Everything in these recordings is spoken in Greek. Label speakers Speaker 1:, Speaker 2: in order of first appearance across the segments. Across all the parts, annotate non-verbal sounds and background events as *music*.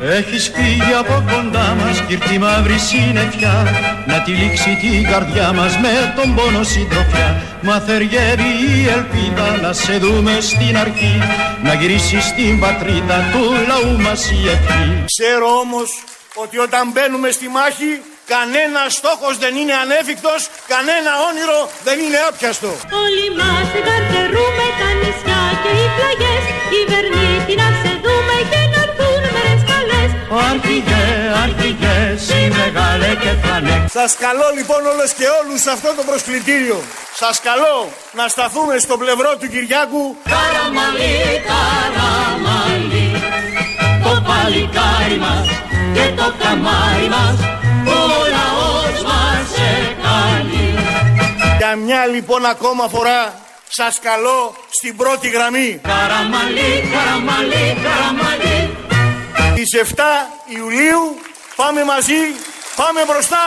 Speaker 1: Έχεις φύγει από κοντά μας κι ήρθε η μαύρη συννεφιά Να τυλίξει την καρδιά μας με τον πόνο συντροφιά Μα θεργεύει η ελπίδα να σε δούμε στην αρχή Να γυρίσεις στην πατρίδα του λαού μας η ευχή
Speaker 2: Ξέρω όμως ότι όταν μπαίνουμε στη μάχη Κανένας στόχος δεν είναι ανέφικτος, κανένα όνειρο δεν είναι άπιαστο.
Speaker 3: Όλοι μας εγκαρτερούμε τα νησιά και οι πλαγιές Κυβερνήτη να σε δούμε και να έρθουν μέρες καλές
Speaker 1: Αρχηγέ, αρχηγέ, η μεγάλε και φανέ
Speaker 2: Σας καλώ λοιπόν όλες και όλους σε αυτό το προσκλητήριο. Σας καλώ να σταθούμε στο πλευρό του Κυριάκου
Speaker 3: Καραμαλή, καραμαλή Το παλικάρι μας και το καμάρι μας Ο λαός μας έκανε
Speaker 2: για μια λοιπόν ακόμα φορά. Σας καλώ στην πρώτη γραμμή.
Speaker 3: Καραμαλή, καραμαλή, καραμαλή
Speaker 2: Τις 7 Ιουλίου πάμε μαζί, πάμε μπροστά,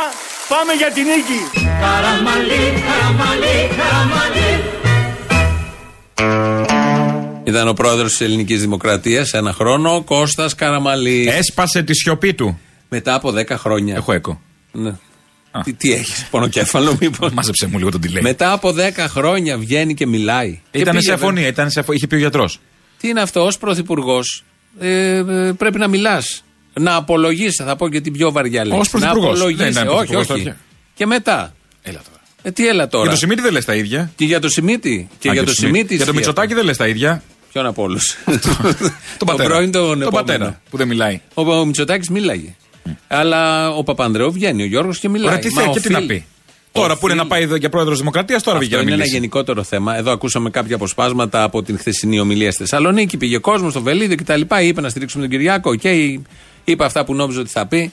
Speaker 2: πάμε για την νίκη.
Speaker 3: Καραμαλή, καραμαλή, καραμαλή
Speaker 4: Ήταν ο πρόεδρος της Ελληνικής Δημοκρατίας ένα χρόνο, Κώστας Καραμαλή.
Speaker 5: Έσπασε τη σιωπή του.
Speaker 4: Μετά από 10 χρόνια.
Speaker 5: Ε? Έχω έκο.
Speaker 4: Ναι. Τι, τι έχεις, πονοκέφαλο, μήπως.
Speaker 5: Μάζεψε μου λίγο τον τηλέφωνο.
Speaker 4: Μετά από 10 χρόνια βγαίνει και μιλάει. Και
Speaker 5: Ε. Ήταν
Speaker 4: πήγε,
Speaker 5: σε αφωνία, ήταν σε... αφο- είχε πει ο γιατρός.
Speaker 4: Τι είναι αυτό, ως πρωθυπουργός. Ε, ε, πρέπει να μιλάς. Να απολογείσαι, θα πω και την πιο βαριά λέξη.
Speaker 5: Ως πρωθυπουργός.
Speaker 4: Να
Speaker 5: Δεν
Speaker 4: απολογείσαι.
Speaker 5: ήταν
Speaker 4: όχι,
Speaker 5: πρωθυπουργός
Speaker 4: όχι.
Speaker 5: τότε.
Speaker 4: Και μετά.
Speaker 5: Έλα τώρα.
Speaker 4: Ε, τι έλα τώρα.
Speaker 5: Για το Σιμίτη δεν λες τα ίδια.
Speaker 4: Και για το Σιμίτη. Και
Speaker 5: Α,
Speaker 4: για το
Speaker 5: Σιμίτη.
Speaker 4: Σιμίτη.
Speaker 5: Για το
Speaker 4: ισχύει
Speaker 5: Μητσοτάκι δεν λες τα
Speaker 4: *laughs*
Speaker 5: ίδια.
Speaker 4: αυτό. Ποιον από όλους.
Speaker 5: *laughs* Τον πατέρα.
Speaker 4: πρώην, τον
Speaker 5: Τον
Speaker 4: επόμενο.
Speaker 5: πατέρα που δεν μιλάει.
Speaker 4: Ο, ο Μητσοτάκης μίλαγε. Αλλά ο Παπανδρέου βγαίνει, ο Γιώργος και μιλάει.
Speaker 5: Mm. Ωραία, τι
Speaker 4: Μα
Speaker 5: θε και τι
Speaker 4: οφείλει-
Speaker 5: να πει. Τώρα που
Speaker 4: οφείλει-
Speaker 5: είναι να πάει εδώ για πρόεδρος Δημοκρατίας, τώρα βγήκε
Speaker 4: Αυτό είναι
Speaker 5: να
Speaker 4: ένα
Speaker 5: μιλήσει.
Speaker 4: γενικότερο θέμα. Εδώ ακούσαμε κάποια αποσπάσματα από την χθεσινή ομιλία στη Θεσσαλονίκη. Πήγε κόσμος στο Βελίδιο κτλ. Είπε να στηρίξουμε τον Κυριάκο. Οκ, είπε αυτά που νόμιζε ότι θα πει.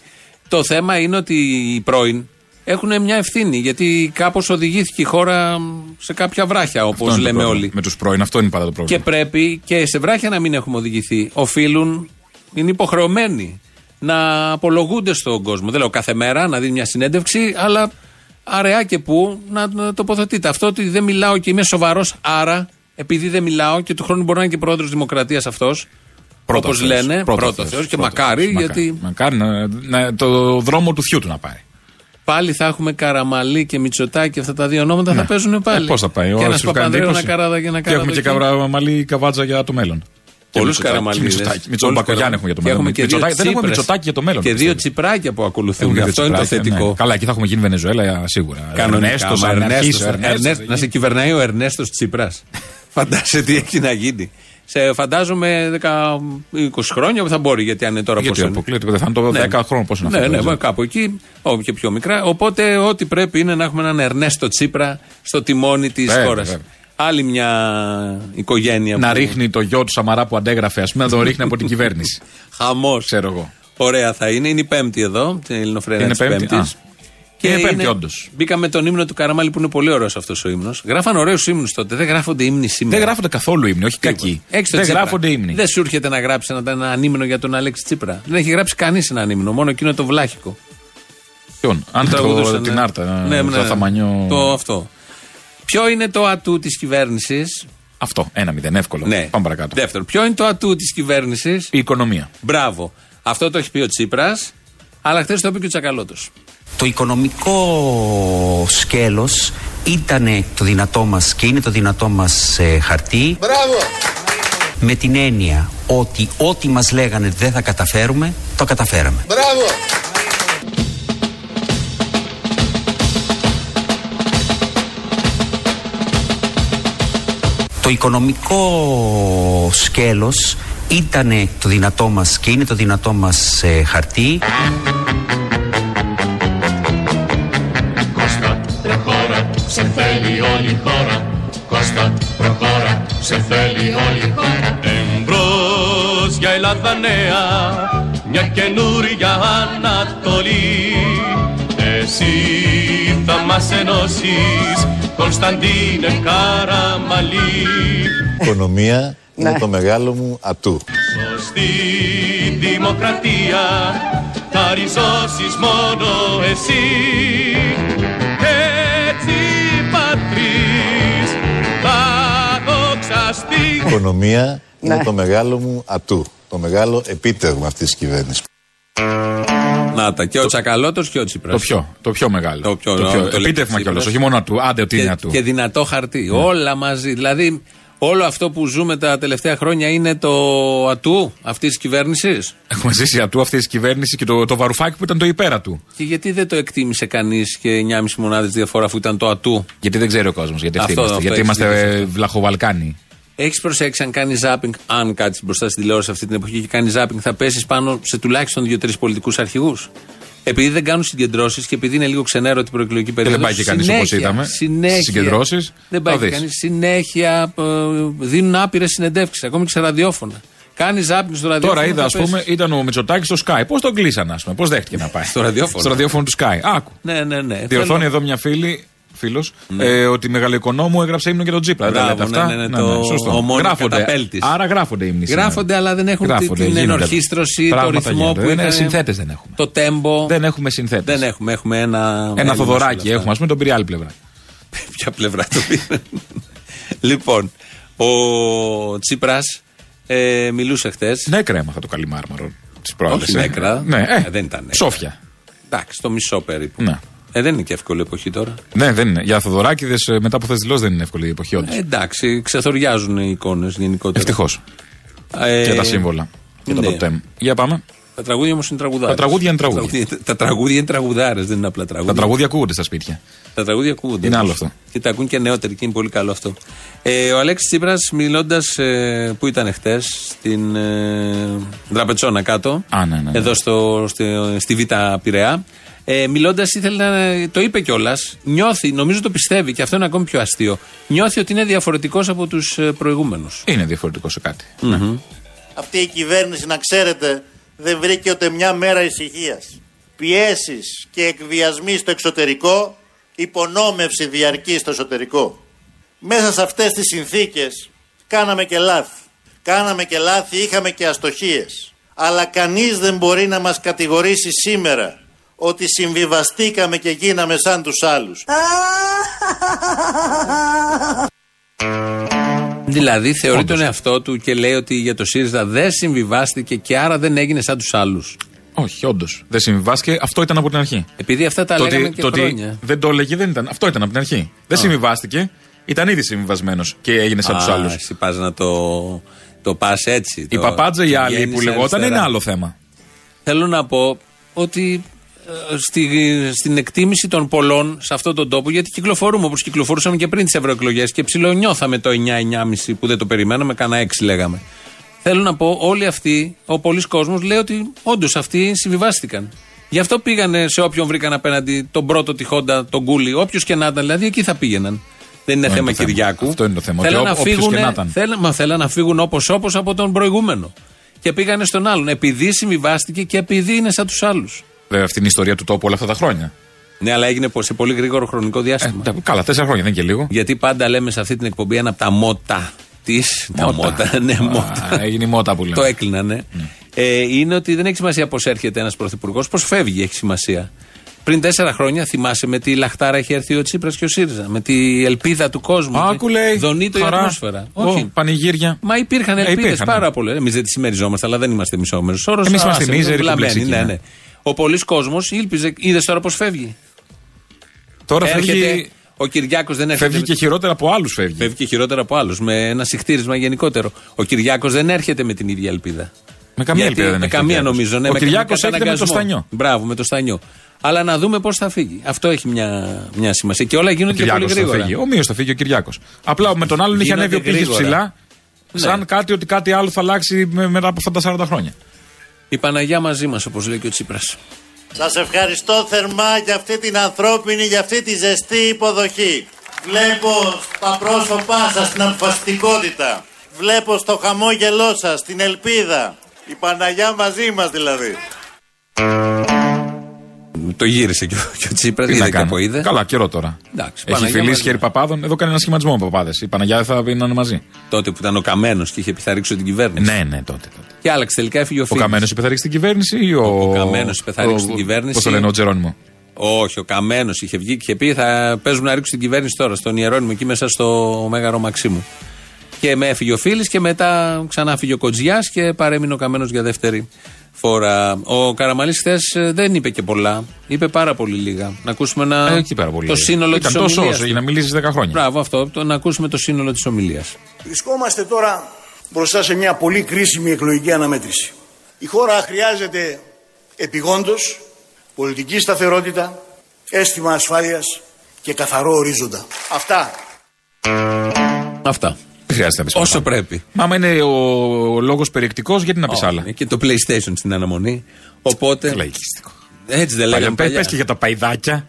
Speaker 4: Το θέμα είναι ότι οι πρώην έχουν μια ευθύνη γιατί κάπως οδηγήθηκε η χώρα σε κάποια βράχια,
Speaker 5: Αυτό
Speaker 4: όπως
Speaker 5: είναι το
Speaker 4: λέμε
Speaker 5: πρόβλημα.
Speaker 4: όλοι.
Speaker 5: Με τους πρώην, αυτό είναι πάντα το πρόβλημα.
Speaker 4: Και πρέπει και σε βράχια να μην έχουμε οδηγηθεί. Οφείλουν, είναι υποχρεωμένοι να απολογούνται στον κόσμο. Δεν λέω κάθε μέρα να δίνει μια συνέντευξη, αλλά αραιά και που να να τοποθετείτε. Αυτό ότι δεν μιλάω και είμαι σοβαρός, άρα επειδή δεν μιλάω και του χρόνου μπορεί να είναι και πρόεδρος Δημοκρατίας αυτός.
Speaker 5: Πρώτα
Speaker 4: Όπω
Speaker 5: Θεός.
Speaker 4: λένε, πρώτο,
Speaker 5: Θεός.
Speaker 4: Θεός και
Speaker 5: Πρώτα
Speaker 4: μακάρι,
Speaker 5: Θεός.
Speaker 4: γιατί
Speaker 5: Μακάρι να, να- το δρόμο του θιού του να πάρει.
Speaker 4: πάλι θα έχουμε Καραμαλή και Μητσοτάκη, αυτά τα δύο ονόματα θα παίζουν πάλι.
Speaker 5: Ε, Πώς θα πάει, ο
Speaker 4: Και ένας
Speaker 5: Άρης του κάνει
Speaker 4: Παπανδρέου, ένα
Speaker 5: εντύπωση.
Speaker 4: καράδα και ένα
Speaker 5: Και έχουμε και καραμαλή καβάτζα για το μέλλον.
Speaker 4: Πολλούς
Speaker 5: Μητσοτάκη.
Speaker 4: καραμαλίδες.
Speaker 5: Μητσοτάκη. Μητσοτάκη έχουμε για το μέλλον.
Speaker 4: Έχουμε και δύο
Speaker 5: Μητσοτάκη- δεν έχουμε
Speaker 4: Τσίπρας.
Speaker 5: Μητσοτάκη για το μέλλον.
Speaker 4: Και δύο
Speaker 5: πιστεύω.
Speaker 4: τσιπράκια που ακολουθούν.
Speaker 5: Έχουμε και
Speaker 4: Αυτό είναι το
Speaker 5: Τσιπράκη,
Speaker 4: θετικό.
Speaker 5: ναι. Καλά, εκεί θα έχουμε γίνει Βενεζουέλα ε, σίγουρα. Ερνέστος,
Speaker 4: μα,
Speaker 5: Αναρχής,
Speaker 4: Ερνέστος,
Speaker 5: Ερνέστος,
Speaker 4: Ερνέστος,
Speaker 5: θα
Speaker 4: Να σε
Speaker 5: γίνει.
Speaker 4: κυβερνάει ο Ερνέστος Τσίπρας. *laughs* Φαντάζεσαι τι έχει να γίνει. Σε φαντάζομαι 10, 20 χρόνια θα μπορεί, γιατί αν είναι τώρα
Speaker 5: Γιατί
Speaker 4: πόσο είναι.
Speaker 5: αποκλείεται, δεν θα είναι το 10 χρόνο πώς είναι
Speaker 4: Ναι,
Speaker 5: αυτό. δηλαδή,
Speaker 4: ναι,
Speaker 5: δεν
Speaker 4: μα
Speaker 5: ξέρω.
Speaker 4: κάπου εκεί, όπου και πιο μικρά. Οπότε, ό,τι πρέπει είναι να έχουμε έναν Ερνέστο Τσίπρα στο τιμόνι της
Speaker 5: Βέβαια,
Speaker 4: χώρας.
Speaker 5: βέβαια.
Speaker 4: Άλλη μια οικογένεια.
Speaker 5: Να
Speaker 4: που-
Speaker 5: ρίχνει το γιο του Σαμαρά που αντέγραφε, ας πούμε, να τον
Speaker 4: *laughs*
Speaker 5: ρίχνει από την κυβέρνηση.
Speaker 4: Χαμός.
Speaker 5: Ξέρω εγώ.
Speaker 4: Ωραία θα είναι. Είναι η Πέμπτη εδώ, την Ελληνοφρένια
Speaker 5: Είναι
Speaker 4: της
Speaker 5: Πέμπτη,
Speaker 4: Πέμπτης.
Speaker 5: α. Είναι Πέμπτη, όντος.
Speaker 4: Μπήκαμε τον ύμνο του Καραμάλη που είναι πολύ ωραίος αυτός ο ύμνος. Γράφαν ωραίους ύμνους τότε. Δεν γράφονται ύμνοι σήμερα.
Speaker 5: Δεν γράφονται καθόλου ύμνοι, όχι κακοί.
Speaker 4: Έχεις τον
Speaker 5: Δεν
Speaker 4: Τσίπρα.
Speaker 5: γράφονται ύμνοι.
Speaker 4: Δεν σου έρχεται να γράψεις ένα, έναν ύμνο για τον Αλέξη Τσίπρα. Δεν έχει γράψει κανείς έναν ύμνο, μόνο εκείνο το βλάχικο.
Speaker 5: Ποιον, αν
Speaker 4: Τραγουδούσαν,
Speaker 5: το
Speaker 4: ναι.
Speaker 5: την Άρτα, ε,
Speaker 4: Ναι, ναι,
Speaker 5: το
Speaker 4: ναι.
Speaker 5: θαμανιό.
Speaker 4: Το αυτό. Ποιο είναι το ατού της κυβέρνησης.
Speaker 5: Αυτό, ένα μηδέν, εύκολο.
Speaker 4: Ναι.
Speaker 5: Λοιπόν, Πάμε παρακάτω.
Speaker 4: Δεύτερον, ποιο είναι το ατού της κυβέρνησης.
Speaker 5: Η οικονομία.
Speaker 4: Μπράβο. Αυτό το έχει πει ο Τσίπρας, αλλά χθες το είπε και ο Τσακαλώτος.
Speaker 6: Το οικονομικό σκέλος ήταν το δυνατό μας και είναι το δυνατό μας ε, χαρτί με την έννοια ότι ό,τι μας λέγανε δεν θα καταφέρουμε, το καταφέραμε. Το οικονομικό σκέλος ήταν το δυνατό μας και είναι το δυνατό μας ε, χαρτί
Speaker 7: Κώστα, προχώρα, σε θέλει όλη η χώρα. Κώστα, προχώρα, σε θέλει όλη η χώρα. Εμπρός για Ελλάδα νέα, μια καινούρια Ανατολή. Εσύ θα μας ενώσεις, Κωνσταντίνε Καραμαλή.
Speaker 8: οικονομία είναι το μεγάλο μου ατού.
Speaker 7: Σωστή δημοκρατία θα ριζώσεις μόνο εσύ Έτσι πατρίς θα δοξαστεί
Speaker 8: Οικονομία είναι το μεγάλο μου ατού. Το μεγάλο επίτευγμα αυτής της κυβέρνησης.
Speaker 4: Να τα. Και ο Τσακαλώτος και ο Τσίπρας.
Speaker 5: Το πιο, το πιο μεγάλο.
Speaker 4: Το πιο, ναι, το λέει
Speaker 5: Επίτευγμα
Speaker 4: Τσίπρας.
Speaker 5: κιόλας, όχι μόνο ατού. Άντε ότι είναι
Speaker 4: Και,
Speaker 5: ατού.
Speaker 4: και δυνατό χαρτί.
Speaker 5: Ναι.
Speaker 4: Όλα μαζί. Δηλαδή, όλο αυτό που ζούμε τα τελευταία χρόνια είναι το ατού αυτής της κυβέρνησης.
Speaker 5: Έχουμε ζήσει ατού αυτής της κυβέρνησης και το, το βαρουφάκι που ήταν το υπέρα του.
Speaker 4: Και γιατί δεν το εκτίμησε κανείς και 9,5 μονάδες διαφορά αφού ήταν το ατού.
Speaker 5: Γιατί δεν ξέρει ο κόσμος γιατί αυτοί
Speaker 4: Αυτό,
Speaker 5: είμαστε.
Speaker 4: αυτό,
Speaker 5: γιατί
Speaker 4: έχεις δίκιο
Speaker 5: είμαστε ε, βλαχοβαλκάνοι.
Speaker 4: Έχεις προσέξει αν κάνει ζάπινγκ, αν κάτσεις μπροστά στην τηλεόραση αυτή την εποχή και κάνει ζάπινγκ, θα πέσεις πάνω σε τουλάχιστον δύο-τρει πολιτικούς αρχηγούς. Επειδή δεν κάνουν συγκεντρώσεις και επειδή είναι λίγο ξενέρωτη η προεκλογική περίοδο.
Speaker 5: δεν πάει και κανείς όπως είδαμε.
Speaker 4: Συνέχεια.
Speaker 5: Στις συγκεντρώσεις,
Speaker 4: Δεν
Speaker 5: θα
Speaker 4: πάει και
Speaker 5: δεις.
Speaker 4: κανείς. Συνέχεια ε, δίνουν άπειρες συνεντεύξεις, ακόμη και σε ραδιόφωνα. Κάνει ζάπινγκ στο ραδιόφωνο.
Speaker 5: Τώρα είδα,
Speaker 4: θα
Speaker 5: ας
Speaker 4: πέσεις.
Speaker 5: πούμε, ήταν ο Μητσοτάκης στο Sky. Πώς τον κλείσανε, ας πούμε, πώς δέχτηκε να πάει.
Speaker 4: Στο ραδιόφωνο.
Speaker 5: Στο ραδιόφωνο του Sky. Άκου.
Speaker 4: Ναι, ναι, ναι.
Speaker 5: Διορθώνει εδώ μια φίλη. Φίλος, ε, ότι μεγαλοοικονόμου έγραψε ύμνο και τον Τζίπρα. Δεν τα
Speaker 4: Μπράβο,
Speaker 5: λέτε
Speaker 4: ναι,
Speaker 5: αυτά.
Speaker 4: ναι, ναι, το- ο μόνος καταπέλτης.
Speaker 5: Άρα γράφονται ύμνοι. σήμερα.
Speaker 4: Γράφονται, αλλά δεν έχουν
Speaker 5: ναι. Γράφονται,
Speaker 4: την
Speaker 5: γίνονται.
Speaker 4: ενορχίστρωση, το
Speaker 5: Πράγματα
Speaker 4: ρυθμό
Speaker 5: γίνονται.
Speaker 4: που
Speaker 5: Δεν
Speaker 4: είναι.
Speaker 5: είναι- συνθέτες δεν έχουμε.
Speaker 4: Το τέμπο.
Speaker 5: Δεν έχουμε συνθέτες.
Speaker 4: Δεν έχουμε. Έχουμε ένα.
Speaker 5: Ένα
Speaker 4: μέλημα σε όλα
Speaker 5: Θοδωράκι
Speaker 4: αυτά.
Speaker 5: έχουμε, ας πούμε, τον πήρε άλλη πλευρά.
Speaker 4: Ποια πλευρά του πήρε. λοιπόν, ο Τσίπρας ε, μιλούσε χθες.
Speaker 5: Νέκρα έμαθα το καλή μάρμαρο τη προάλλη.
Speaker 4: Όχι νέκρα.
Speaker 5: Ναι, ε,
Speaker 4: Ε, δεν ήταν νέκρα.
Speaker 5: Σόφια.
Speaker 4: Εντάξει, το μισό περίπου.
Speaker 5: Ναι.
Speaker 4: Ε, δεν είναι και εύκολη εποχή τώρα.
Speaker 5: Ναι, δεν είναι. Για Θοδωράκηδες μετά που θες δηλώσεις δεν είναι εύκολη η εποχή, όντως.
Speaker 4: Ε, εντάξει, ξεθοριάζουν οι εικόνες γενικότερα.
Speaker 5: Ευτυχώς.
Speaker 4: Ε,
Speaker 5: Και τα σύμβολα. Και τα
Speaker 4: ναι.
Speaker 5: τοτέμ. Για πάμε.
Speaker 4: Τα τραγούδια όμως είναι τραγουδάρες.
Speaker 5: Τα τραγούδια είναι τραγούδια.
Speaker 4: Τα τραγούδια είναι τραγουδάρες, δεν είναι απλά τραγούδια.
Speaker 5: Τα τραγούδια ακούγονται στα σπίτια.
Speaker 4: Τα τραγούδια ακούγονται.
Speaker 5: Είναι άλλο αυτό.
Speaker 4: Και τα ακούν και νεότεροι και είναι πολύ καλό αυτό. Ε, ο Αλέξης Τσίπρας, μιλώντας ε, που ήταν χτες στην ε, Δραπετσόνα κάτω,
Speaker 5: Α, ναι, ναι, ναι.
Speaker 4: εδώ στο, στη, στη Β' Πειραιά, ε, μιλώντας ήθελε να. το είπε κιόλας, νιώθει, νομίζω το πιστεύει και αυτό είναι ακόμη πιο αστείο, νιώθει ότι είναι διαφορετικός από ε, του προηγούμενους.
Speaker 5: Είναι διαφορετικός σε κάτι.
Speaker 2: Αυτή η κυβέρνηση, να ξέρετε, δεν βρήκε ούτε μια μέρα ησυχίας. Πιέσεις και εκβιασμοί στο εξωτερικό, υπονόμευση διαρκή στο εσωτερικό. Μέσα σε αυτές τις συνθήκες κάναμε και λάθη. Κάναμε και λάθη, είχαμε και αστοχίες. Αλλά κανείς δεν μπορεί να μας κατηγορήσει σήμερα ότι συμβιβαστήκαμε και γίναμε σαν τους άλλους.
Speaker 4: Δηλαδή θεωρεί τον εαυτό του και λέει ότι για το ΣΥΡΙΖΑ δεν συμβιβάστηκε και άρα δεν έγινε σαν τους άλλους.
Speaker 5: Όχι, όντως. Δεν συμβιβάστηκε. Αυτό ήταν από την αρχή.
Speaker 4: Επειδή αυτά τα
Speaker 5: το
Speaker 4: λέγαμε
Speaker 5: ότι,
Speaker 4: και
Speaker 5: το ότι
Speaker 4: χρόνια.
Speaker 5: δεν το έλεγε δεν ήταν. Αυτό ήταν από την αρχή. Δεν συμβιβάστηκε. Ήταν ήδη συμβιβασμένος και έγινε σαν τους
Speaker 4: Α,
Speaker 5: άλλους.
Speaker 4: Εσύ πας να το, το πας έτσι.
Speaker 5: Η
Speaker 4: το-
Speaker 5: παπάτζα η
Speaker 4: το
Speaker 5: άλλη
Speaker 4: βγαίνεις
Speaker 5: που λεγόταν
Speaker 4: αριστερά.
Speaker 5: είναι άλλο θέμα.
Speaker 4: Θέλω να πω ότι ε, στη, στην εκτίμηση των πολλών σε αυτόν τον τόπο, γιατί κυκλοφορούμε όπως κυκλοφορούσαμε και πριν τις ευρωεκλογές και ψιλονιώθαμε το 9-9,5 που δεν το περιμέναμε, κανένα 6 λέγαμε. Θέλω να πω, όλοι αυτοί, ο πολλής κόσμος λέει ότι όντως αυτοί συμβιβάστηκαν. Γι' αυτό πήγανε σε όποιον βρήκαν απέναντι, τον πρώτο τη Χόντα, τον Κούλι, όποιος και να ήταν, δηλαδή εκεί θα πήγαιναν. Δεν είναι
Speaker 5: Αυτό
Speaker 4: θέμα
Speaker 5: είναι το θέμα.
Speaker 4: Κυριάκου.
Speaker 5: Αυτό είναι το θέμα,
Speaker 4: Θέλαν
Speaker 5: ότι
Speaker 4: να
Speaker 5: ό- όποιος και
Speaker 4: φύγουνε-
Speaker 5: να ήταν.
Speaker 4: θέλαν- μα θέλαν να φύγουν όπως όπως από τον προηγούμενο. Και πήγανε στον άλλον. Επειδή συμβιβάστηκε και επειδή είναι σαν τους άλλους.
Speaker 5: Βέβαια, Ε, αυτή είναι η ιστορία του τόπου όλα αυτά τα χρόνια.
Speaker 4: Ναι, αλλά έγινε σε πολύ γρήγορο χρονικό
Speaker 5: Ε,
Speaker 4: διάστημα.
Speaker 5: τα- καλά, τέσσερα χρόνια δεν είναι και λίγο.
Speaker 4: Γιατί πάντα λέμε σε αυτή την εκπομπή ένα από τα μότα της. Τα μότα. Ναι,
Speaker 5: Α,
Speaker 4: μότα.
Speaker 5: Έγινε η μότα που λέμε.
Speaker 4: Το έκλεινανε. Ε, είναι ότι δεν έχει σημασία πώς έρχεται ένας πρωθυπουργός, πώς φεύγει έχει σημασία. Πριν τέσσερα χρόνια, θυμάσαι με τι λαχτάρα είχε έρθει ο Τσίπρας και ο ΣΥΡΙΖΑ. Με τη ελπίδα του κόσμου.
Speaker 5: Άκου λέει.
Speaker 4: Δονεί το η
Speaker 5: χαρά.
Speaker 4: ατμόσφαιρα.
Speaker 5: Ω, Πανηγύρια.
Speaker 4: Μα υπήρχαν
Speaker 5: Ε,
Speaker 4: ελπίδες
Speaker 5: υπήρχαν.
Speaker 4: πάρα πολλές. Εμείς δεν τις συμμεριζόμαστε, αλλά δεν είμαστε μισόμερου. Όρο
Speaker 5: Εμείς είμαστε μίζεροι κουμπλεξικοί,
Speaker 4: Ναι,
Speaker 5: ναι.
Speaker 4: ναι. Ο πολλή κόσμος ήλπιζε. Είδες τώρα πώς φεύγει.
Speaker 5: Τώρα
Speaker 4: Έρχεται,
Speaker 5: φεύγει,
Speaker 4: ο Κυριάκος δεν έρχεται.
Speaker 5: φεύγει και χειρότερα από άλλους φεύγει.
Speaker 4: Φεύγει και χειρότερα από άλλους, με ένα συχτήρισμα γενικότερο. Ο Κυριάκος δεν έρχεται με την ίδια ελπίδα.
Speaker 5: Με καμία
Speaker 4: Γιατί-
Speaker 5: ελπίδα δεν
Speaker 4: με
Speaker 5: έρχεται ο
Speaker 4: καμία
Speaker 5: Κυριάκος.
Speaker 4: νομίζω. Ναι,
Speaker 5: Ο
Speaker 4: με
Speaker 5: Κυριάκος
Speaker 4: κατά-
Speaker 5: έρχεται με το
Speaker 4: καταναγκασμό.
Speaker 5: στανιό.
Speaker 4: Μπράβο, με το στανιό. Αλλά να δούμε πώς θα φύγει. Αυτό έχει μια, μια σημασία. Και όλα γίνονται και πολύ
Speaker 5: Κυριάκος θα
Speaker 4: γρήγορα.
Speaker 5: φύγει. Ομοίως θα φύγει ο Κυριάκος. Απλά με τον άλλον είχε
Speaker 4: Γίνονται
Speaker 5: ανέβει ο πύχης
Speaker 4: γρήγορα. Ναι.
Speaker 5: ψηλά. Σαν κάτι ότι κάτι άλλο θα αλλάξει με- μετά από αυτά τα 40 χρόνια.
Speaker 4: Η Παναγιά μαζί μας, όπως λέει και ο Τσίπρας.
Speaker 2: Σας ευχαριστώ θερμά για αυτή την ανθρώπινη, για αυτή τη ζεστή υποδοχή. Βλέπω στα πρόσωπά σας την αποφασιστικότητα. Βλέπω στο χαμόγελό σας την ελπίδα. Η Παναγιά μαζί μας δηλαδή.
Speaker 4: Το γύρισε και ο, και ο Τσίπρας.
Speaker 5: Τι να
Speaker 4: Ε, Είδε και
Speaker 5: κάνω.
Speaker 4: από είδε.
Speaker 5: Καλά, καιρό τώρα.
Speaker 4: Εντάξει,
Speaker 5: Έχει
Speaker 4: Παναγιά
Speaker 5: φιλήσει
Speaker 4: μαζί.
Speaker 5: χέρι παπάδων. Εδώ κάνει ένα σχηματισμό με παπάδες. Η Παναγιά θα είναι μαζί.
Speaker 4: Τότε που ήταν ο Καμένος και είχε επιθαρρύξει την κυβέρνηση.
Speaker 5: Ναι, ναι, τότε. τότε.
Speaker 4: Και άλλαξε τελικά, έφυγε ο
Speaker 5: Ο
Speaker 4: Φίλιππ.
Speaker 5: Καμένο υπεθαρρύξει την κυβέρνηση ή ο.
Speaker 4: Ο Καμένος υπεθαρρύξει
Speaker 5: ο-
Speaker 4: την κυβέρνηση.
Speaker 5: Πώς το λένε, ο Τζερόνιμο.
Speaker 4: Όχι, ο Καμένος είχε βγει και είχε πει θα παίζουν να ρίξουν την κυβέρνηση τώρα στον Ιερόνιμο εκεί μέσα στο Μέγαρο Μαξίμου. Και με έφυγε ο Φίλης και μετά ξανά φύγει ο Κοτζιάς και παρέμεινε ο Καμένος για δεύτερη φορά. Ο Καραμαλής χθες δεν είπε και πολλά. Είπε πάρα πολύ λίγα. Να ακούσουμε ένα.
Speaker 5: Ε, εκεί πάρα πολύ.
Speaker 4: το σύνολο τη
Speaker 5: Ήταν
Speaker 4: ομιλία.
Speaker 5: τόσο όσο για να μιλήσεις 10 χρόνια.
Speaker 4: Μπράβο αυτό. Το, να ακούσουμε το σύνολο της ομιλίας.
Speaker 9: Βρισκόμαστε τώρα μπροστά σε μια πολύ κρίσιμη εκλογική αναμέτρηση. Η χώρα χρειάζεται επιγόντως πολιτική σταθερότητα, αίσθημα ασφάλειας και καθαρό ορίζοντα. Αυτά.
Speaker 4: Αυτά.
Speaker 5: Δεν χρειάζεται να πεις.
Speaker 4: Όσο πρέπει.
Speaker 5: Μα άμα είναι ο λόγος περιεκτικός, γιατί να πεις άλλα.
Speaker 4: Είναι Και το PlayStation στην αναμονή. Οπότε.
Speaker 5: Λαϊκιστικό.
Speaker 4: Έτσι δεν λέγαμε
Speaker 5: Πες
Speaker 4: παλιά.
Speaker 5: και για τα παϊδάκια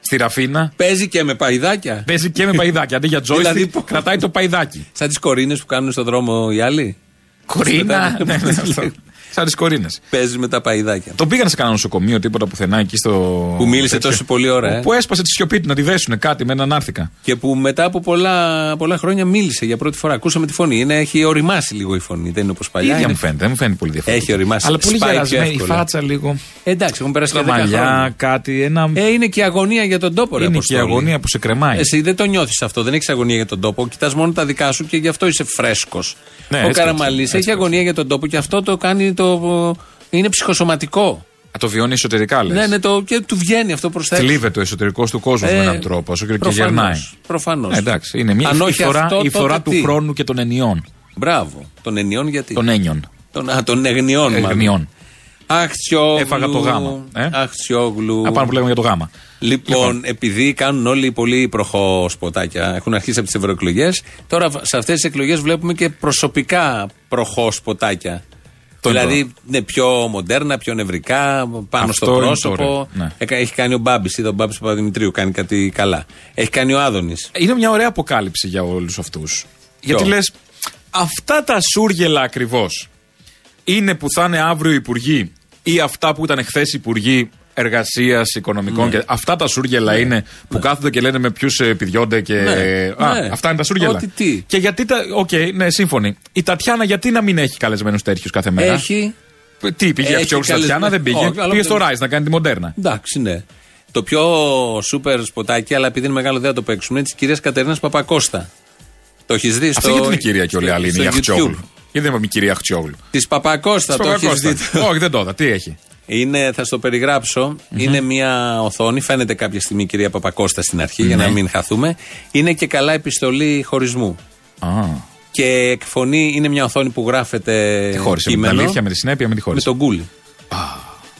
Speaker 5: στη Ραφίνα.
Speaker 4: Παίζει και με παϊδάκια.
Speaker 5: Παίζει και με παϊδάκια. Αντί για
Speaker 4: Δηλαδή,
Speaker 5: joystick,
Speaker 4: πώς-
Speaker 5: κρατάει το
Speaker 4: *laughs*
Speaker 5: παϊδάκι.
Speaker 4: Σαν τις κορίνες που κάνουν στον δρόμο οι άλλοι.
Speaker 5: Κορίνα.
Speaker 4: Πετάνε-
Speaker 5: Ναι, ναι, αυτό. Σαν τις κορίνες.
Speaker 4: Παίζεις με τα παϊδάκια.
Speaker 5: Τον πήγαν σε κανένα νοσοκομείο, τίποτα πουθενά εκεί στο.
Speaker 4: Που μίλησε
Speaker 5: τέτοιο.
Speaker 4: τόση πολλή ώρα, ε.
Speaker 5: Που έσπασε τη σιωπή του να τη δέσουν κάτι με έναν άρθηκα.
Speaker 4: Και που μετά από πολλά, πολλά χρόνια μίλησε για πρώτη φορά. Ακούσαμε τη φωνή. Είναι, έχει οριμάσει λίγο η φωνή. Δεν είναι όπως παλιά.
Speaker 5: ίδια
Speaker 4: Είναι-
Speaker 5: μου φαίνεται, δεν μου φαίνεται πολύ διαφορετική.
Speaker 4: Έχει οριμάσει.
Speaker 5: Αλλά πολύ
Speaker 4: Σπάει πιο
Speaker 5: γερασμένη η
Speaker 4: εύκολα.
Speaker 5: φάτσα λίγο.
Speaker 4: Εντάξει, έχουν περάσει και
Speaker 5: Τα
Speaker 4: 10 χρόνια.
Speaker 5: μαλλιά, κάτι, ένα.
Speaker 4: Ε, είναι και η αγωνία για τον τόπο, ρε
Speaker 5: Είναι και η
Speaker 4: Αποστόλη.
Speaker 5: αγωνία που σε κρεμάει.
Speaker 4: Εσύ δεν το νιώθεις αυτό, δεν έχεις αγωνία για τον τόπο. Κοιτάς μόνο τα δικά σου και γι' αυτό είσαι φρέσκος.
Speaker 5: Ναι,
Speaker 4: ο
Speaker 5: έτσι
Speaker 4: Καραμαλής
Speaker 5: έτσι,
Speaker 4: έχει
Speaker 5: έτσι.
Speaker 4: αγωνία για τον τόπο και αυτό το κάνει το. είναι ψυχοσωματικό.
Speaker 5: Α, Το βιώνει εσωτερικά, λες.
Speaker 4: Ναι, ναι, το, και του βγαίνει αυτό προς τα έξω.
Speaker 5: Θλίβεται ο εσωτερικός του κόσμου
Speaker 4: Ε,
Speaker 5: με έναν τρόπο, όσο και- και
Speaker 4: προφανώς,
Speaker 5: γερνάει.
Speaker 4: προφανώς.
Speaker 5: Ε, εντάξει, είναι μια
Speaker 4: Αν
Speaker 5: η
Speaker 4: όχι
Speaker 5: φορά,
Speaker 4: αυτό,
Speaker 5: η φορά
Speaker 4: τότε
Speaker 5: του
Speaker 4: τι?
Speaker 5: χρόνου και των ενιών.
Speaker 4: Μπράβο. Των ενιών γιατί.
Speaker 5: Των ένιων. ε,
Speaker 4: Των, α, των εγνιών, Ε, μάλλον.
Speaker 5: Εγνιών.
Speaker 4: Αχτσιόγλου.
Speaker 5: Έφαγα το γάμα, ε.
Speaker 4: Αχτσιόγλου.
Speaker 5: Να πάμε που λέμε για το γάμα.
Speaker 4: Λοιπόν, επειδή κάνουν όλοι πολύ προχώ σποτάκια, έχουν αρχίσει από τις ευρωεκλογές. Τώρα σε αυτές τις εκλογές βλέπουμε και προσωπικά προχώ σποτάκια.
Speaker 5: Το
Speaker 4: δηλαδή, ναι, πιο μοντέρνα, πιο νευρικά, πάνω
Speaker 5: Αυτό
Speaker 4: στο
Speaker 5: είναι
Speaker 4: πρόσωπο.
Speaker 5: το ωραίο, ναι.
Speaker 4: Έκα- Έχει κάνει ο Μπάμπης, είδα ο Μπάμπης Παπαδημητρίου, κάνει κάτι καλά. Έχει κάνει ο Άδωνης.
Speaker 5: Είναι μια ωραία αποκάλυψη για όλους αυτούς. Γιατί λες, αυτά τα σούργελα ακριβώς είναι που θα είναι αύριο υπουργοί ή αυτά που ήταν χθες υπουργοί εργασίας, οικονομικών.
Speaker 4: Ναι.
Speaker 5: Και αυτά τα σούργελα είναι που κάθονται και λένε με ποιους επιδιώνται και.
Speaker 4: Ναι.
Speaker 5: Α,
Speaker 4: Ναι.
Speaker 5: αυτά είναι τα σούργελα.
Speaker 4: Ό,τι τι.
Speaker 5: Και γιατί τα. Οκ, ναι, σύμφωνοι. Η Τατιάνα γιατί να μην έχει καλεσμένους τέτοιους κάθε μέρα.
Speaker 4: Έχει.
Speaker 5: Τι, πήγε
Speaker 4: Έχει
Speaker 5: αυτή η
Speaker 4: καλεσμένους.
Speaker 5: Τατιάνα, δεν πήγε.
Speaker 4: Όχι, αλλά-
Speaker 5: πήγε στο Rise να κάνει τη μοντέρνα.
Speaker 4: Εντάξει, ναι. Το πιο σούπερ σποτάκι, αλλά επειδή είναι μεγάλο δεν θα το παίξουμε, είναι της κυρίας Κατερίνας Παπακώστα. Το έχεις δει στο.
Speaker 5: Αυτή γιατί είναι η κυρία και όλοι οι άλλοι είναι η
Speaker 4: στο
Speaker 5: Αχτσιόγλου.
Speaker 4: YouTube.
Speaker 5: Γιατί δεν είπαμε κυρία Αχτσιόγλου.
Speaker 4: Της Παπακώστας το έχεις
Speaker 5: Παπακώστας.
Speaker 4: δει.
Speaker 5: Όχι, δεν το είδα. Τι έχει.
Speaker 4: Είναι, θα στο περιγραψω Είναι μια οθόνη. Φαίνεται κάποια στιγμή η κυρία Παπακώστα στην αρχή, για να
Speaker 5: Ναι.
Speaker 4: μην χαθούμε. Είναι και καλά επιστολή χωρισμού. Και εκφωνεί, είναι μια οθόνη που γράφεται.
Speaker 5: Τη χώρισε με την
Speaker 4: ε, κείμενο,
Speaker 5: αλήθεια, με τη συνέπεια, με τη
Speaker 4: με
Speaker 5: χώρισε.
Speaker 4: τον κούλι.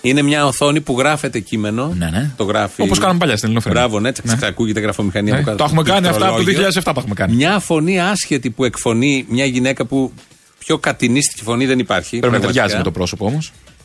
Speaker 4: Είναι μια οθόνη που γράφεται κείμενο.
Speaker 5: Ναι, ναι.
Speaker 4: Το γράφει.
Speaker 5: Όπως κάναμε παλιά στην Ελληνοφρένεια.
Speaker 4: Μπράβο, ναι, τσακ, τσακ, ακούγεται γραφομηχανία
Speaker 5: Ναι,
Speaker 4: από κάτω.
Speaker 5: το έχουμε κάνει αυτά από το
Speaker 4: πληκτρολόγιο.
Speaker 5: 2007 τα έχουμε κάνει.
Speaker 4: Μια φωνή άσχετη που εκφωνεί μια γυναίκα που πιο κατηνίστικη φωνή δεν υπάρχει.
Speaker 5: Πρέπει να
Speaker 4: πραγματικά.
Speaker 5: ταιριάζει με το πρόσωπο όμως.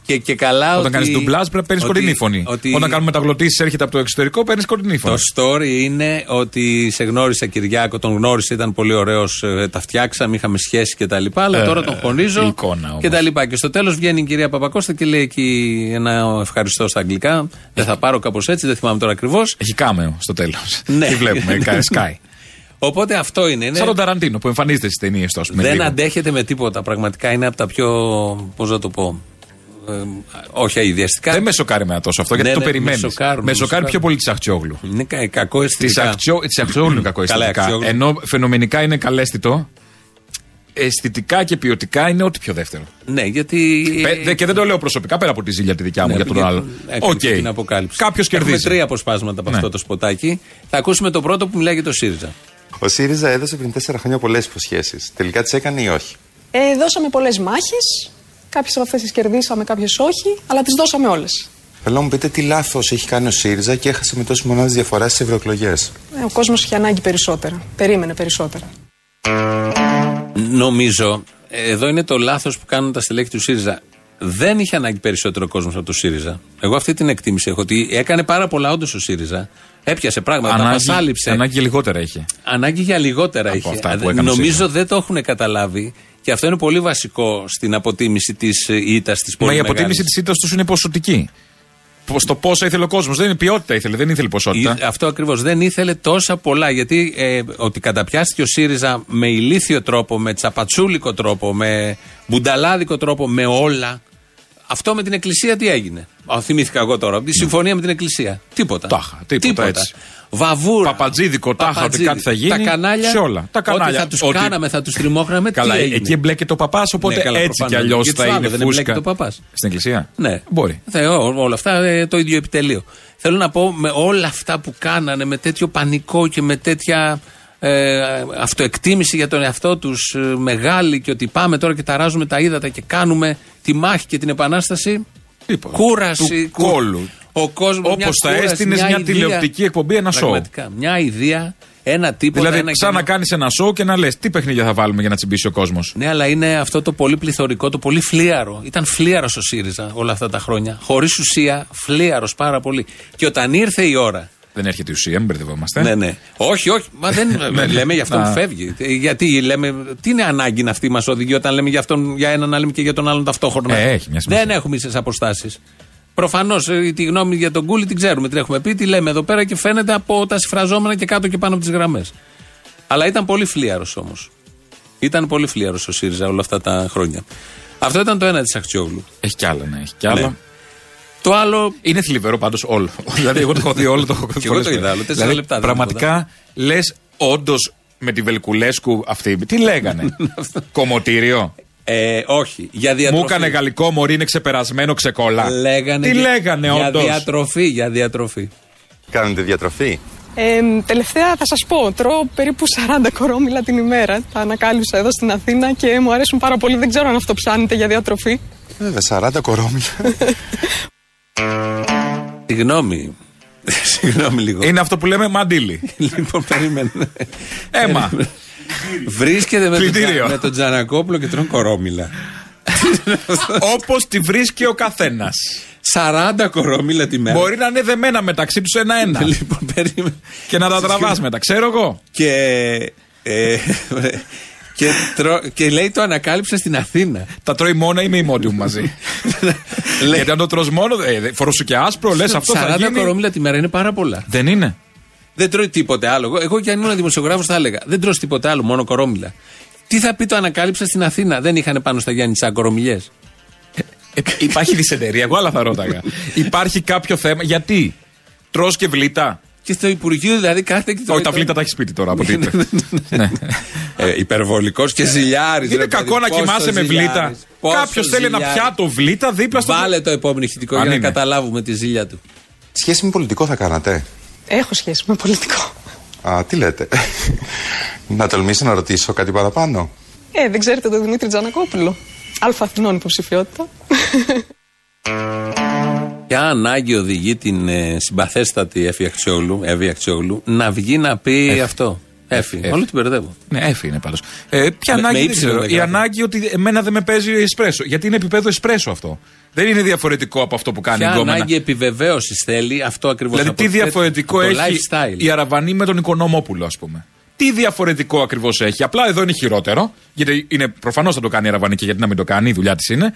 Speaker 4: Και, και καλά
Speaker 5: Όταν
Speaker 4: ότι.
Speaker 5: κάνεις ντουμπλάζ πρέπει να παίρνεις
Speaker 4: ότι-
Speaker 5: σκοτεινή φωνή.
Speaker 4: ότι
Speaker 5: Όταν κάνουμε μεταγλωτήσει έρχεται από το εξωτερικό παίρνεις σκοτεινή φωνή.
Speaker 4: Το story είναι ότι σε γνώρισα Κυριάκο, τον γνώρισε, ήταν πολύ ωραίος, τα φτιάξαμε, είχαμε σχέση κτλ. Αλλά τώρα τον χωρίζω.
Speaker 5: η Ε, εικόνα όμως.
Speaker 4: Και τα λοιπά. Και στο τέλος βγαίνει η κυρία Παπακώστα και λέει εκεί ένα ευχαριστώ στα αγγλικά. Δεν θα πάρω κάπως έτσι, δεν θυμάμαι τώρα ακριβώς.
Speaker 5: Έχει κάμεο στο τέλος.
Speaker 4: *laughs* Ναι.
Speaker 5: Τι βλέπουμε, κα- Sky.
Speaker 4: Οπότε αυτό είναι. είναι
Speaker 5: Σαν τον Ταραντίνο που εμφανίζεται στις ταινίες του, ας πούμε.
Speaker 4: δεν
Speaker 5: λίγο.
Speaker 4: αντέχεται με τίποτα. Πραγματικά είναι από τα πιο. Πώς να το πω. ε, όχι αειδιαστικά.
Speaker 5: Δεν με σοκάρει εμένα τόσο αυτό, γιατί
Speaker 4: Ναι,
Speaker 5: το
Speaker 4: ναι, με
Speaker 5: περιμένεις.
Speaker 4: σοκάρουν, με
Speaker 5: Με σοκάρει
Speaker 4: σοκάρουν.
Speaker 5: πιο πολύ τη Αχτσιόγλου.
Speaker 4: Είναι κα- κακό
Speaker 5: Τη
Speaker 4: αισθητικά.
Speaker 5: Αχτσιό, της Αχτσιόγλου είναι κακό
Speaker 4: Καλά,
Speaker 5: αισθητικά.
Speaker 4: Αχτσιόγλου.
Speaker 5: Ενώ φαινομενικά είναι καλέστητο, αισθητικά και ποιοτικά είναι ό,τι πιο δεύτερο.
Speaker 4: Ναι, γιατί.
Speaker 5: Πε- δε- και δεν το λέω προσωπικά πέρα από τη ζήλια τη δικιά μου για τον
Speaker 4: Ναι, για-
Speaker 5: άλλο.
Speaker 4: έκανε
Speaker 5: Οκ.
Speaker 4: Την αποκάλυψη.
Speaker 5: Κάποιος
Speaker 4: Έχουμε
Speaker 5: κερδίζει.
Speaker 4: τρία αποσπάσματα από
Speaker 5: Ναι.
Speaker 4: αυτό το σποτάκι. Θα ακούσουμε το πρώτο που μιλάει για το ΣΥΡΙΖΑ.
Speaker 8: Ο ΣΥΡΙΖΑ έδωσε πριν τέσσερα χρόνια πολλές υποσχέσεις. Τελικά τις έκανε ή όχι.
Speaker 10: Ε, δώσαμε πολλές μάχες. Κάποιες από αυτέ τις κερδίσαμε, κάποιες όχι, αλλά τις δώσαμε όλες.
Speaker 8: Θέλω να μου πείτε τι λάθος έχει κάνει ο ΣΥΡΙΖΑ και έχασε με τόση μονάδε διαφοράς στις ευρωεκλογές.
Speaker 10: Ε, ο κόσμος είχε ανάγκη περισσότερα. Περίμενε περισσότερα.
Speaker 4: Νομίζω, ε, εδώ είναι το λάθος που κάνουν τα στελέχη του ΣΥΡΙΖΑ. Δεν είχε ανάγκη περισσότερο κόσμος από το ΣΥΡΙΖΑ. Εγώ αυτή την εκτίμηση έχω ότι έκανε πάρα πολλά όντως ο ΣΥΡΙΖΑ. Έπιασε πράγματα, τα
Speaker 5: Ανάγκη,
Speaker 4: βασάλιψε.
Speaker 5: ανάγκη λιγότερα είχε.
Speaker 4: Ανάγκη για λιγότερα
Speaker 5: Από
Speaker 4: είχε.
Speaker 5: αυτά
Speaker 4: Α,
Speaker 5: που
Speaker 4: δε-
Speaker 5: έκανε ο
Speaker 4: Νομίζω
Speaker 5: ΣΥΡΙΖΑ.
Speaker 4: δεν το έχουν καταλάβει και αυτό είναι πολύ βασικό στην αποτίμηση ε, τη ήττας της
Speaker 5: Μα
Speaker 4: πόλη.
Speaker 5: η αποτίμηση της ήττας τους είναι ποσοτική. Πο- Στο πόσα ήθελε ο κόσμος. Δεν είναι ποιότητα ήθελε, δεν ήθελε ποσότητα.
Speaker 4: Ή- Αυτό ακριβώς. Δεν ήθελε τόσα πολλά. Γιατί ε, ότι καταπιάστηκε ο ΣΥΡΙΖΑ με ηλίθιο τρόπο, με τσαπατσούλικο τρόπο, με μπουνταλάδικο τρόπο, με όλα. Αυτό με την Εκκλησία τι έγινε. Α, θυμήθηκα εγώ τώρα. Η συμφωνία με την Εκκλησία. Τίποτα.
Speaker 5: Τάχα, Ναι. τίποτα έτσι.
Speaker 4: βαβούρα.
Speaker 5: Παπατζίδικο, τάχα, ότι
Speaker 4: Παπατζίδη.
Speaker 5: κάτι θα γίνει.
Speaker 4: Τα κανάλια.
Speaker 5: Σε όλα. Τα κανάλια.
Speaker 4: Ότι θα τους
Speaker 5: Ότι-
Speaker 4: κάναμε, θα τους τριμώχναμε.
Speaker 5: Καλά,
Speaker 4: τι έγινε.
Speaker 5: εκεί εμπλέκεται ο παπάς, οπότε
Speaker 4: Ναι, καλά,
Speaker 5: έτσι κι
Speaker 4: προφανώς.
Speaker 5: αλλιώς
Speaker 4: Και
Speaker 5: θα
Speaker 4: τους
Speaker 5: είναι
Speaker 4: άλλους δεν
Speaker 5: φούσκα.
Speaker 4: εμπλέκεται ο παπάς.
Speaker 5: Στην εκκλησία.
Speaker 4: Ναι.
Speaker 5: Μπορεί.
Speaker 4: Θε, ό, όλα αυτά ε, το ίδιο επιτελείο. Θέλω να πω με όλα αυτά που κάνανε με τέτοιο πανικό και με τέτοια ε, αυτοεκτίμηση για τον εαυτό τους ε, μεγάλη και ότι πάμε τώρα και ταράζουμε τα ύδατα και κάνουμε τη μάχη και την επανάσταση. Κούραση.
Speaker 5: Λοιπόν, του κόλου.
Speaker 4: Ο κόσμος.
Speaker 5: Όπως τα έστεινες μια τηλεοπτική εκπομπή, ένα σοου.
Speaker 4: Μια ιδέα, ένα τίποτα.
Speaker 5: Δηλαδή,
Speaker 4: ένα
Speaker 5: σαν να
Speaker 4: κενό.
Speaker 5: κάνεις ένα σοου και να λες τι παιχνίδια θα βάλουμε για να τσιμπήσει ο κόσμος.
Speaker 4: Ναι, αλλά είναι αυτό το πολύ πληθωρικό, το πολύ φλίαρο. Ήταν φλίαρος ο ΣΥΡΙΖΑ όλα αυτά τα χρόνια. Χωρίς ουσία, φλίαρος πάρα πολύ. Και όταν ήρθε η ώρα.
Speaker 5: Δεν έρχεται η ουσία, μην μπερδευόμαστε.
Speaker 4: Ναι, ναι. Όχι, όχι. Μα δεν
Speaker 5: Ε? *laughs* Ναι.
Speaker 4: λέμε για αυτόν
Speaker 5: Να.
Speaker 4: που φεύγει. Ε, Γιατί λέμε. Τι είναι ανάγκη να αυτή μας οδηγεί όταν λέμε για αυτόν για έναν, να λέμε και για τον άλλον ταυτόχρονα.
Speaker 5: Ε, έχει μια σημασία.
Speaker 4: δεν έχουμε ίσες αποστάσεις. Προφανώς ε, τη γνώμη για τον Κούλι την ξέρουμε, την έχουμε πει, τη λέμε εδώ πέρα και φαίνεται από τα συμφραζόμενα και κάτω και πάνω από τις γραμμές. Αλλά ήταν πολύ φλίαρος όμως. Ήταν πολύ φλίαρος ο ΣΥΡΙΖΑ όλα αυτά τα χρόνια. Αυτό ήταν το ένα της Αχτσιόγλου.
Speaker 5: Έχει κι άλλα, ναι, έχει κι άλλα.
Speaker 4: Ναι. Το άλλο.
Speaker 5: Είναι θλιβερό πάντως όλο. *laughs* δηλαδή, εγώ το έχω δει όλο, το έχω δει.
Speaker 4: Κι εγώ
Speaker 5: πολλές
Speaker 4: το
Speaker 5: φορές.
Speaker 4: είδα άλλο, τέσσερα
Speaker 5: Δηλαδή,
Speaker 4: λεπτά, δεν
Speaker 5: Πραγματικά λες, όντως με τη Βελκουλέσκου αυτή. Τι *laughs* λέγανε. Κομωτήριο.
Speaker 4: Ε, όχι. Για διατροφή.
Speaker 5: Μου έκανε γαλλικό μωρή, είναι ξεπερασμένο ξεκόλα.
Speaker 4: Λέγανε
Speaker 5: Τι
Speaker 4: για-
Speaker 5: λέγανε,
Speaker 4: Για
Speaker 5: όντως.
Speaker 4: διατροφή, για διατροφή.
Speaker 11: Κάνετε διατροφή.
Speaker 10: Ε, τελευταία θα σας πω, τρώω περίπου 40 κορόμιλα την ημέρα. Τα ανακάλυψα εδώ στην Αθήνα και μου αρέσουν πάρα πολύ. Δεν ξέρω αν αυτό ψάνετε για διατροφή.
Speaker 8: Βέβαια, 40 κορόμια.
Speaker 4: Συγγνώμη. Συγγνώμη λίγο.
Speaker 5: Είναι αυτό που λέμε μαντίλι. *laughs*
Speaker 4: λοιπόν, περίμενε.
Speaker 5: Έμα.
Speaker 4: Βρίσκεται με τον,
Speaker 5: Πλυντήριο.
Speaker 4: Τζα- με τον Τζανακόπουλο και τρώνε κορόμιλα.
Speaker 5: Όπως τη βρίσκει ο καθένας.
Speaker 4: 40 κορόμιλα τη μέρα.
Speaker 5: Μπορεί να είναι δεμένα μεταξύ τους ένα-ένα.
Speaker 4: Λοιπόν, περίμενε.
Speaker 5: και να τα τραβάς μετά, ξέρω εγώ.
Speaker 4: Και, ε, και, τρώ- και λέει το ανακάλυψα στην Αθήνα.
Speaker 5: Τα τρώει μόνα ή με ημόντιου μαζί.
Speaker 4: Λέει-
Speaker 5: Γιατί αν το τρως μόνο, ε, δε- φορούσου και άσπρο, λες αυτό θα
Speaker 4: 40
Speaker 5: γίνει.
Speaker 4: κορόμιλα τη μέρα είναι πάρα πολλά.
Speaker 5: Δεν είναι.
Speaker 4: Δεν τρώει τίποτε άλλο. Εγώ, εγώ και αν ήμουν δημοσιογράφος θα έλεγα: Δεν τρώω τίποτε άλλο, μόνο κορόμιλα. Τι θα πει το ανακάλυψα στην Αθήνα. Δεν είχαν πάνω στα Γιάννη Τσάν κορομιλιές.
Speaker 5: Ε, υπάρχει δυσεντερία, εγώ άλλα θα ρώταγα. υπάρχει κάποιο θέμα. Γιατί τρως και βλήτα.
Speaker 4: Και στο Υπουργείο δηλαδή κάθε.
Speaker 5: Όχι, τα βλήτα τα έχεις σπίτι τώρα από
Speaker 4: Ναι,
Speaker 5: τίτε.
Speaker 4: ναι, ναι. ε, Υπερβολικός και δηλαδή, ζηλιάρης.
Speaker 5: Είναι κακό να κοιμάσαι με βλήτα. Κάποιος θέλει ένα πιάτο βλήτα δίπλα στο.
Speaker 4: Βάλε το επόμενο ηχητικό
Speaker 5: Αν
Speaker 4: για να
Speaker 5: είναι.
Speaker 4: καταλάβουμε τη ζήλια του.
Speaker 8: *laughs* Σχέση με πολιτικό θα κάνατε.
Speaker 10: Έχω σχέση με πολιτικό.
Speaker 8: Α, τι *laughs* λέτε. να τολμήσω να ρωτήσω κάτι παραπάνω.
Speaker 10: Ε, δεν ξέρετε τον Δημήτρη Τζανακόπουλο. Αλφα Αθηνών υποψηφιότητα.
Speaker 4: Ποια ανάγκη οδηγεί την ε, συμπαθέστατη Εφη Αξιόγλου, Εύη Αξιόγλου να βγει να πει αυτό. Έφη.
Speaker 5: Εφη.
Speaker 4: Όλο την μπερδεύω.
Speaker 5: Ναι, έφυγε είναι πάντως. Ε, ποια
Speaker 4: Με- με
Speaker 5: ανάγκη. δεν
Speaker 4: ύψιλον
Speaker 5: ξέρω.
Speaker 4: δεν
Speaker 5: η
Speaker 4: γράφει.
Speaker 5: ανάγκη ότι εμένα δεν με παίζει εσπρέσο. Γιατί είναι επίπεδο εσπρέσο αυτό. Δεν είναι διαφορετικό από αυτό που κάνει η
Speaker 4: Ποια
Speaker 5: γκόμενα.
Speaker 4: ανάγκη επιβεβαίωσης θέλει αυτό ακριβώς.
Speaker 5: Δηλαδή, τι διαφορετικό
Speaker 4: το
Speaker 5: έχει
Speaker 4: lifestyle.
Speaker 5: η Αραβανή με τον Οικονόμοπουλο, ας πούμε. Τι διαφορετικό ακριβώς έχει. Απλά εδώ είναι χειρότερο. Γιατί είναι προφανώς θα το κάνει η Αραβανή και γιατί να μην το κάνει, η δουλειά της είναι.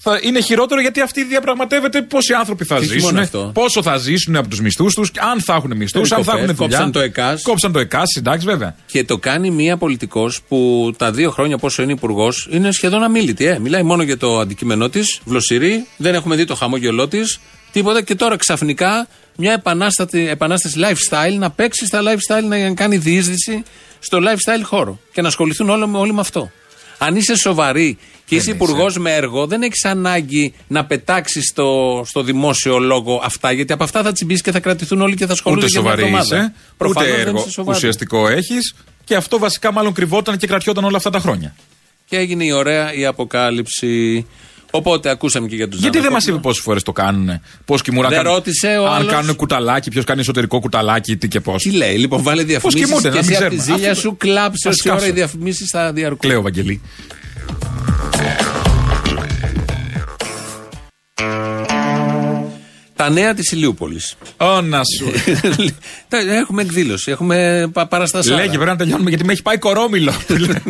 Speaker 5: Θα είναι χειρότερο γιατί αυτή διαπραγματεύεται πόσοι άνθρωποι θα
Speaker 4: Και όχι μόνο αυτό.
Speaker 5: ζήσουν, πόσο θα ζήσουν από τους μισθούς τους, αν θα έχουν μισθού, αν θα
Speaker 4: Περικοπές,
Speaker 5: έχουν δουλειά.
Speaker 4: κόψαν το ΕΚΑΣ.
Speaker 5: Κόψαν το ΕΚΑΣ, εντάξει, βέβαια.
Speaker 4: Και το κάνει μία πολιτικός που τα δύο χρόνια πόσο είναι υπουργός είναι σχεδόν αμήλυτη. Ε. Μιλάει μόνο για το αντικείμενό της, βλοσιρή, δεν έχουμε δει το χαμόγελό της, τίποτα. Και τώρα ξαφνικά μια επανάστατη, επανάσταση lifestyle να παίξει στα lifestyle, να κάνει διείσδυση στο lifestyle χώρο και να ασχοληθούν όλοι με, όλοι με αυτό. Αν είσαι σοβαρή και είσαι υπουργός με έργο, δεν έχεις ανάγκη να πετάξεις στο, στο δημόσιο λόγο αυτά, γιατί από αυτά θα τσιμπήσεις και θα κρατηθούν όλοι και θα ασχολούνται
Speaker 5: Ούτε
Speaker 4: για μια
Speaker 5: σοβαρή
Speaker 4: εβδομάδα.
Speaker 5: είσαι,
Speaker 4: Προφανώς
Speaker 5: ούτε
Speaker 4: δεν
Speaker 5: έργο
Speaker 4: είσαι σοβαρή.
Speaker 5: ουσιαστικό έχεις. Και αυτό βασικά μάλλον κρυβόταν και κρατιόταν όλα αυτά τα χρόνια.
Speaker 4: Και έγινε η ωραία η αποκάλυψη. Οπότε ακούσαμε και για τους
Speaker 5: Γιατί δεν μας είπε πόσες φορές το κάνουν, Πώ κοιμούνται.
Speaker 4: Δεν
Speaker 5: αν κάνουν-
Speaker 4: ρώτησε ο
Speaker 5: Αν
Speaker 4: άλλος.
Speaker 5: κάνουν κουταλάκι, ποιος κάνει εσωτερικό κουταλάκι, τι και πώς.
Speaker 4: Τι λέει, λοιπόν, βάλε διαφημίσεις
Speaker 5: κοιμούνται,
Speaker 4: και
Speaker 5: να
Speaker 4: εσύ
Speaker 5: μην
Speaker 4: από τη
Speaker 5: ξέρουμε.
Speaker 4: ζήλια
Speaker 5: Αυτό-
Speaker 4: σου κλάψε
Speaker 5: Ας
Speaker 4: όση ώρα
Speaker 5: κάψω.
Speaker 4: οι διαφημίσεις θα διαρκούν.
Speaker 5: Κλαίω, Βαγγελή.
Speaker 4: Τα νέα της Ηλιούπολης.
Speaker 5: *laughs* Ω να
Speaker 4: *laughs*
Speaker 5: σου.
Speaker 4: έχουμε εκδήλωση, έχουμε πα- παραστασιά.
Speaker 5: Λέγε, πρέπει να τελειώνουμε γιατί με έχει πάει
Speaker 4: *laughs*
Speaker 5: κορόμιλο. που λέμε.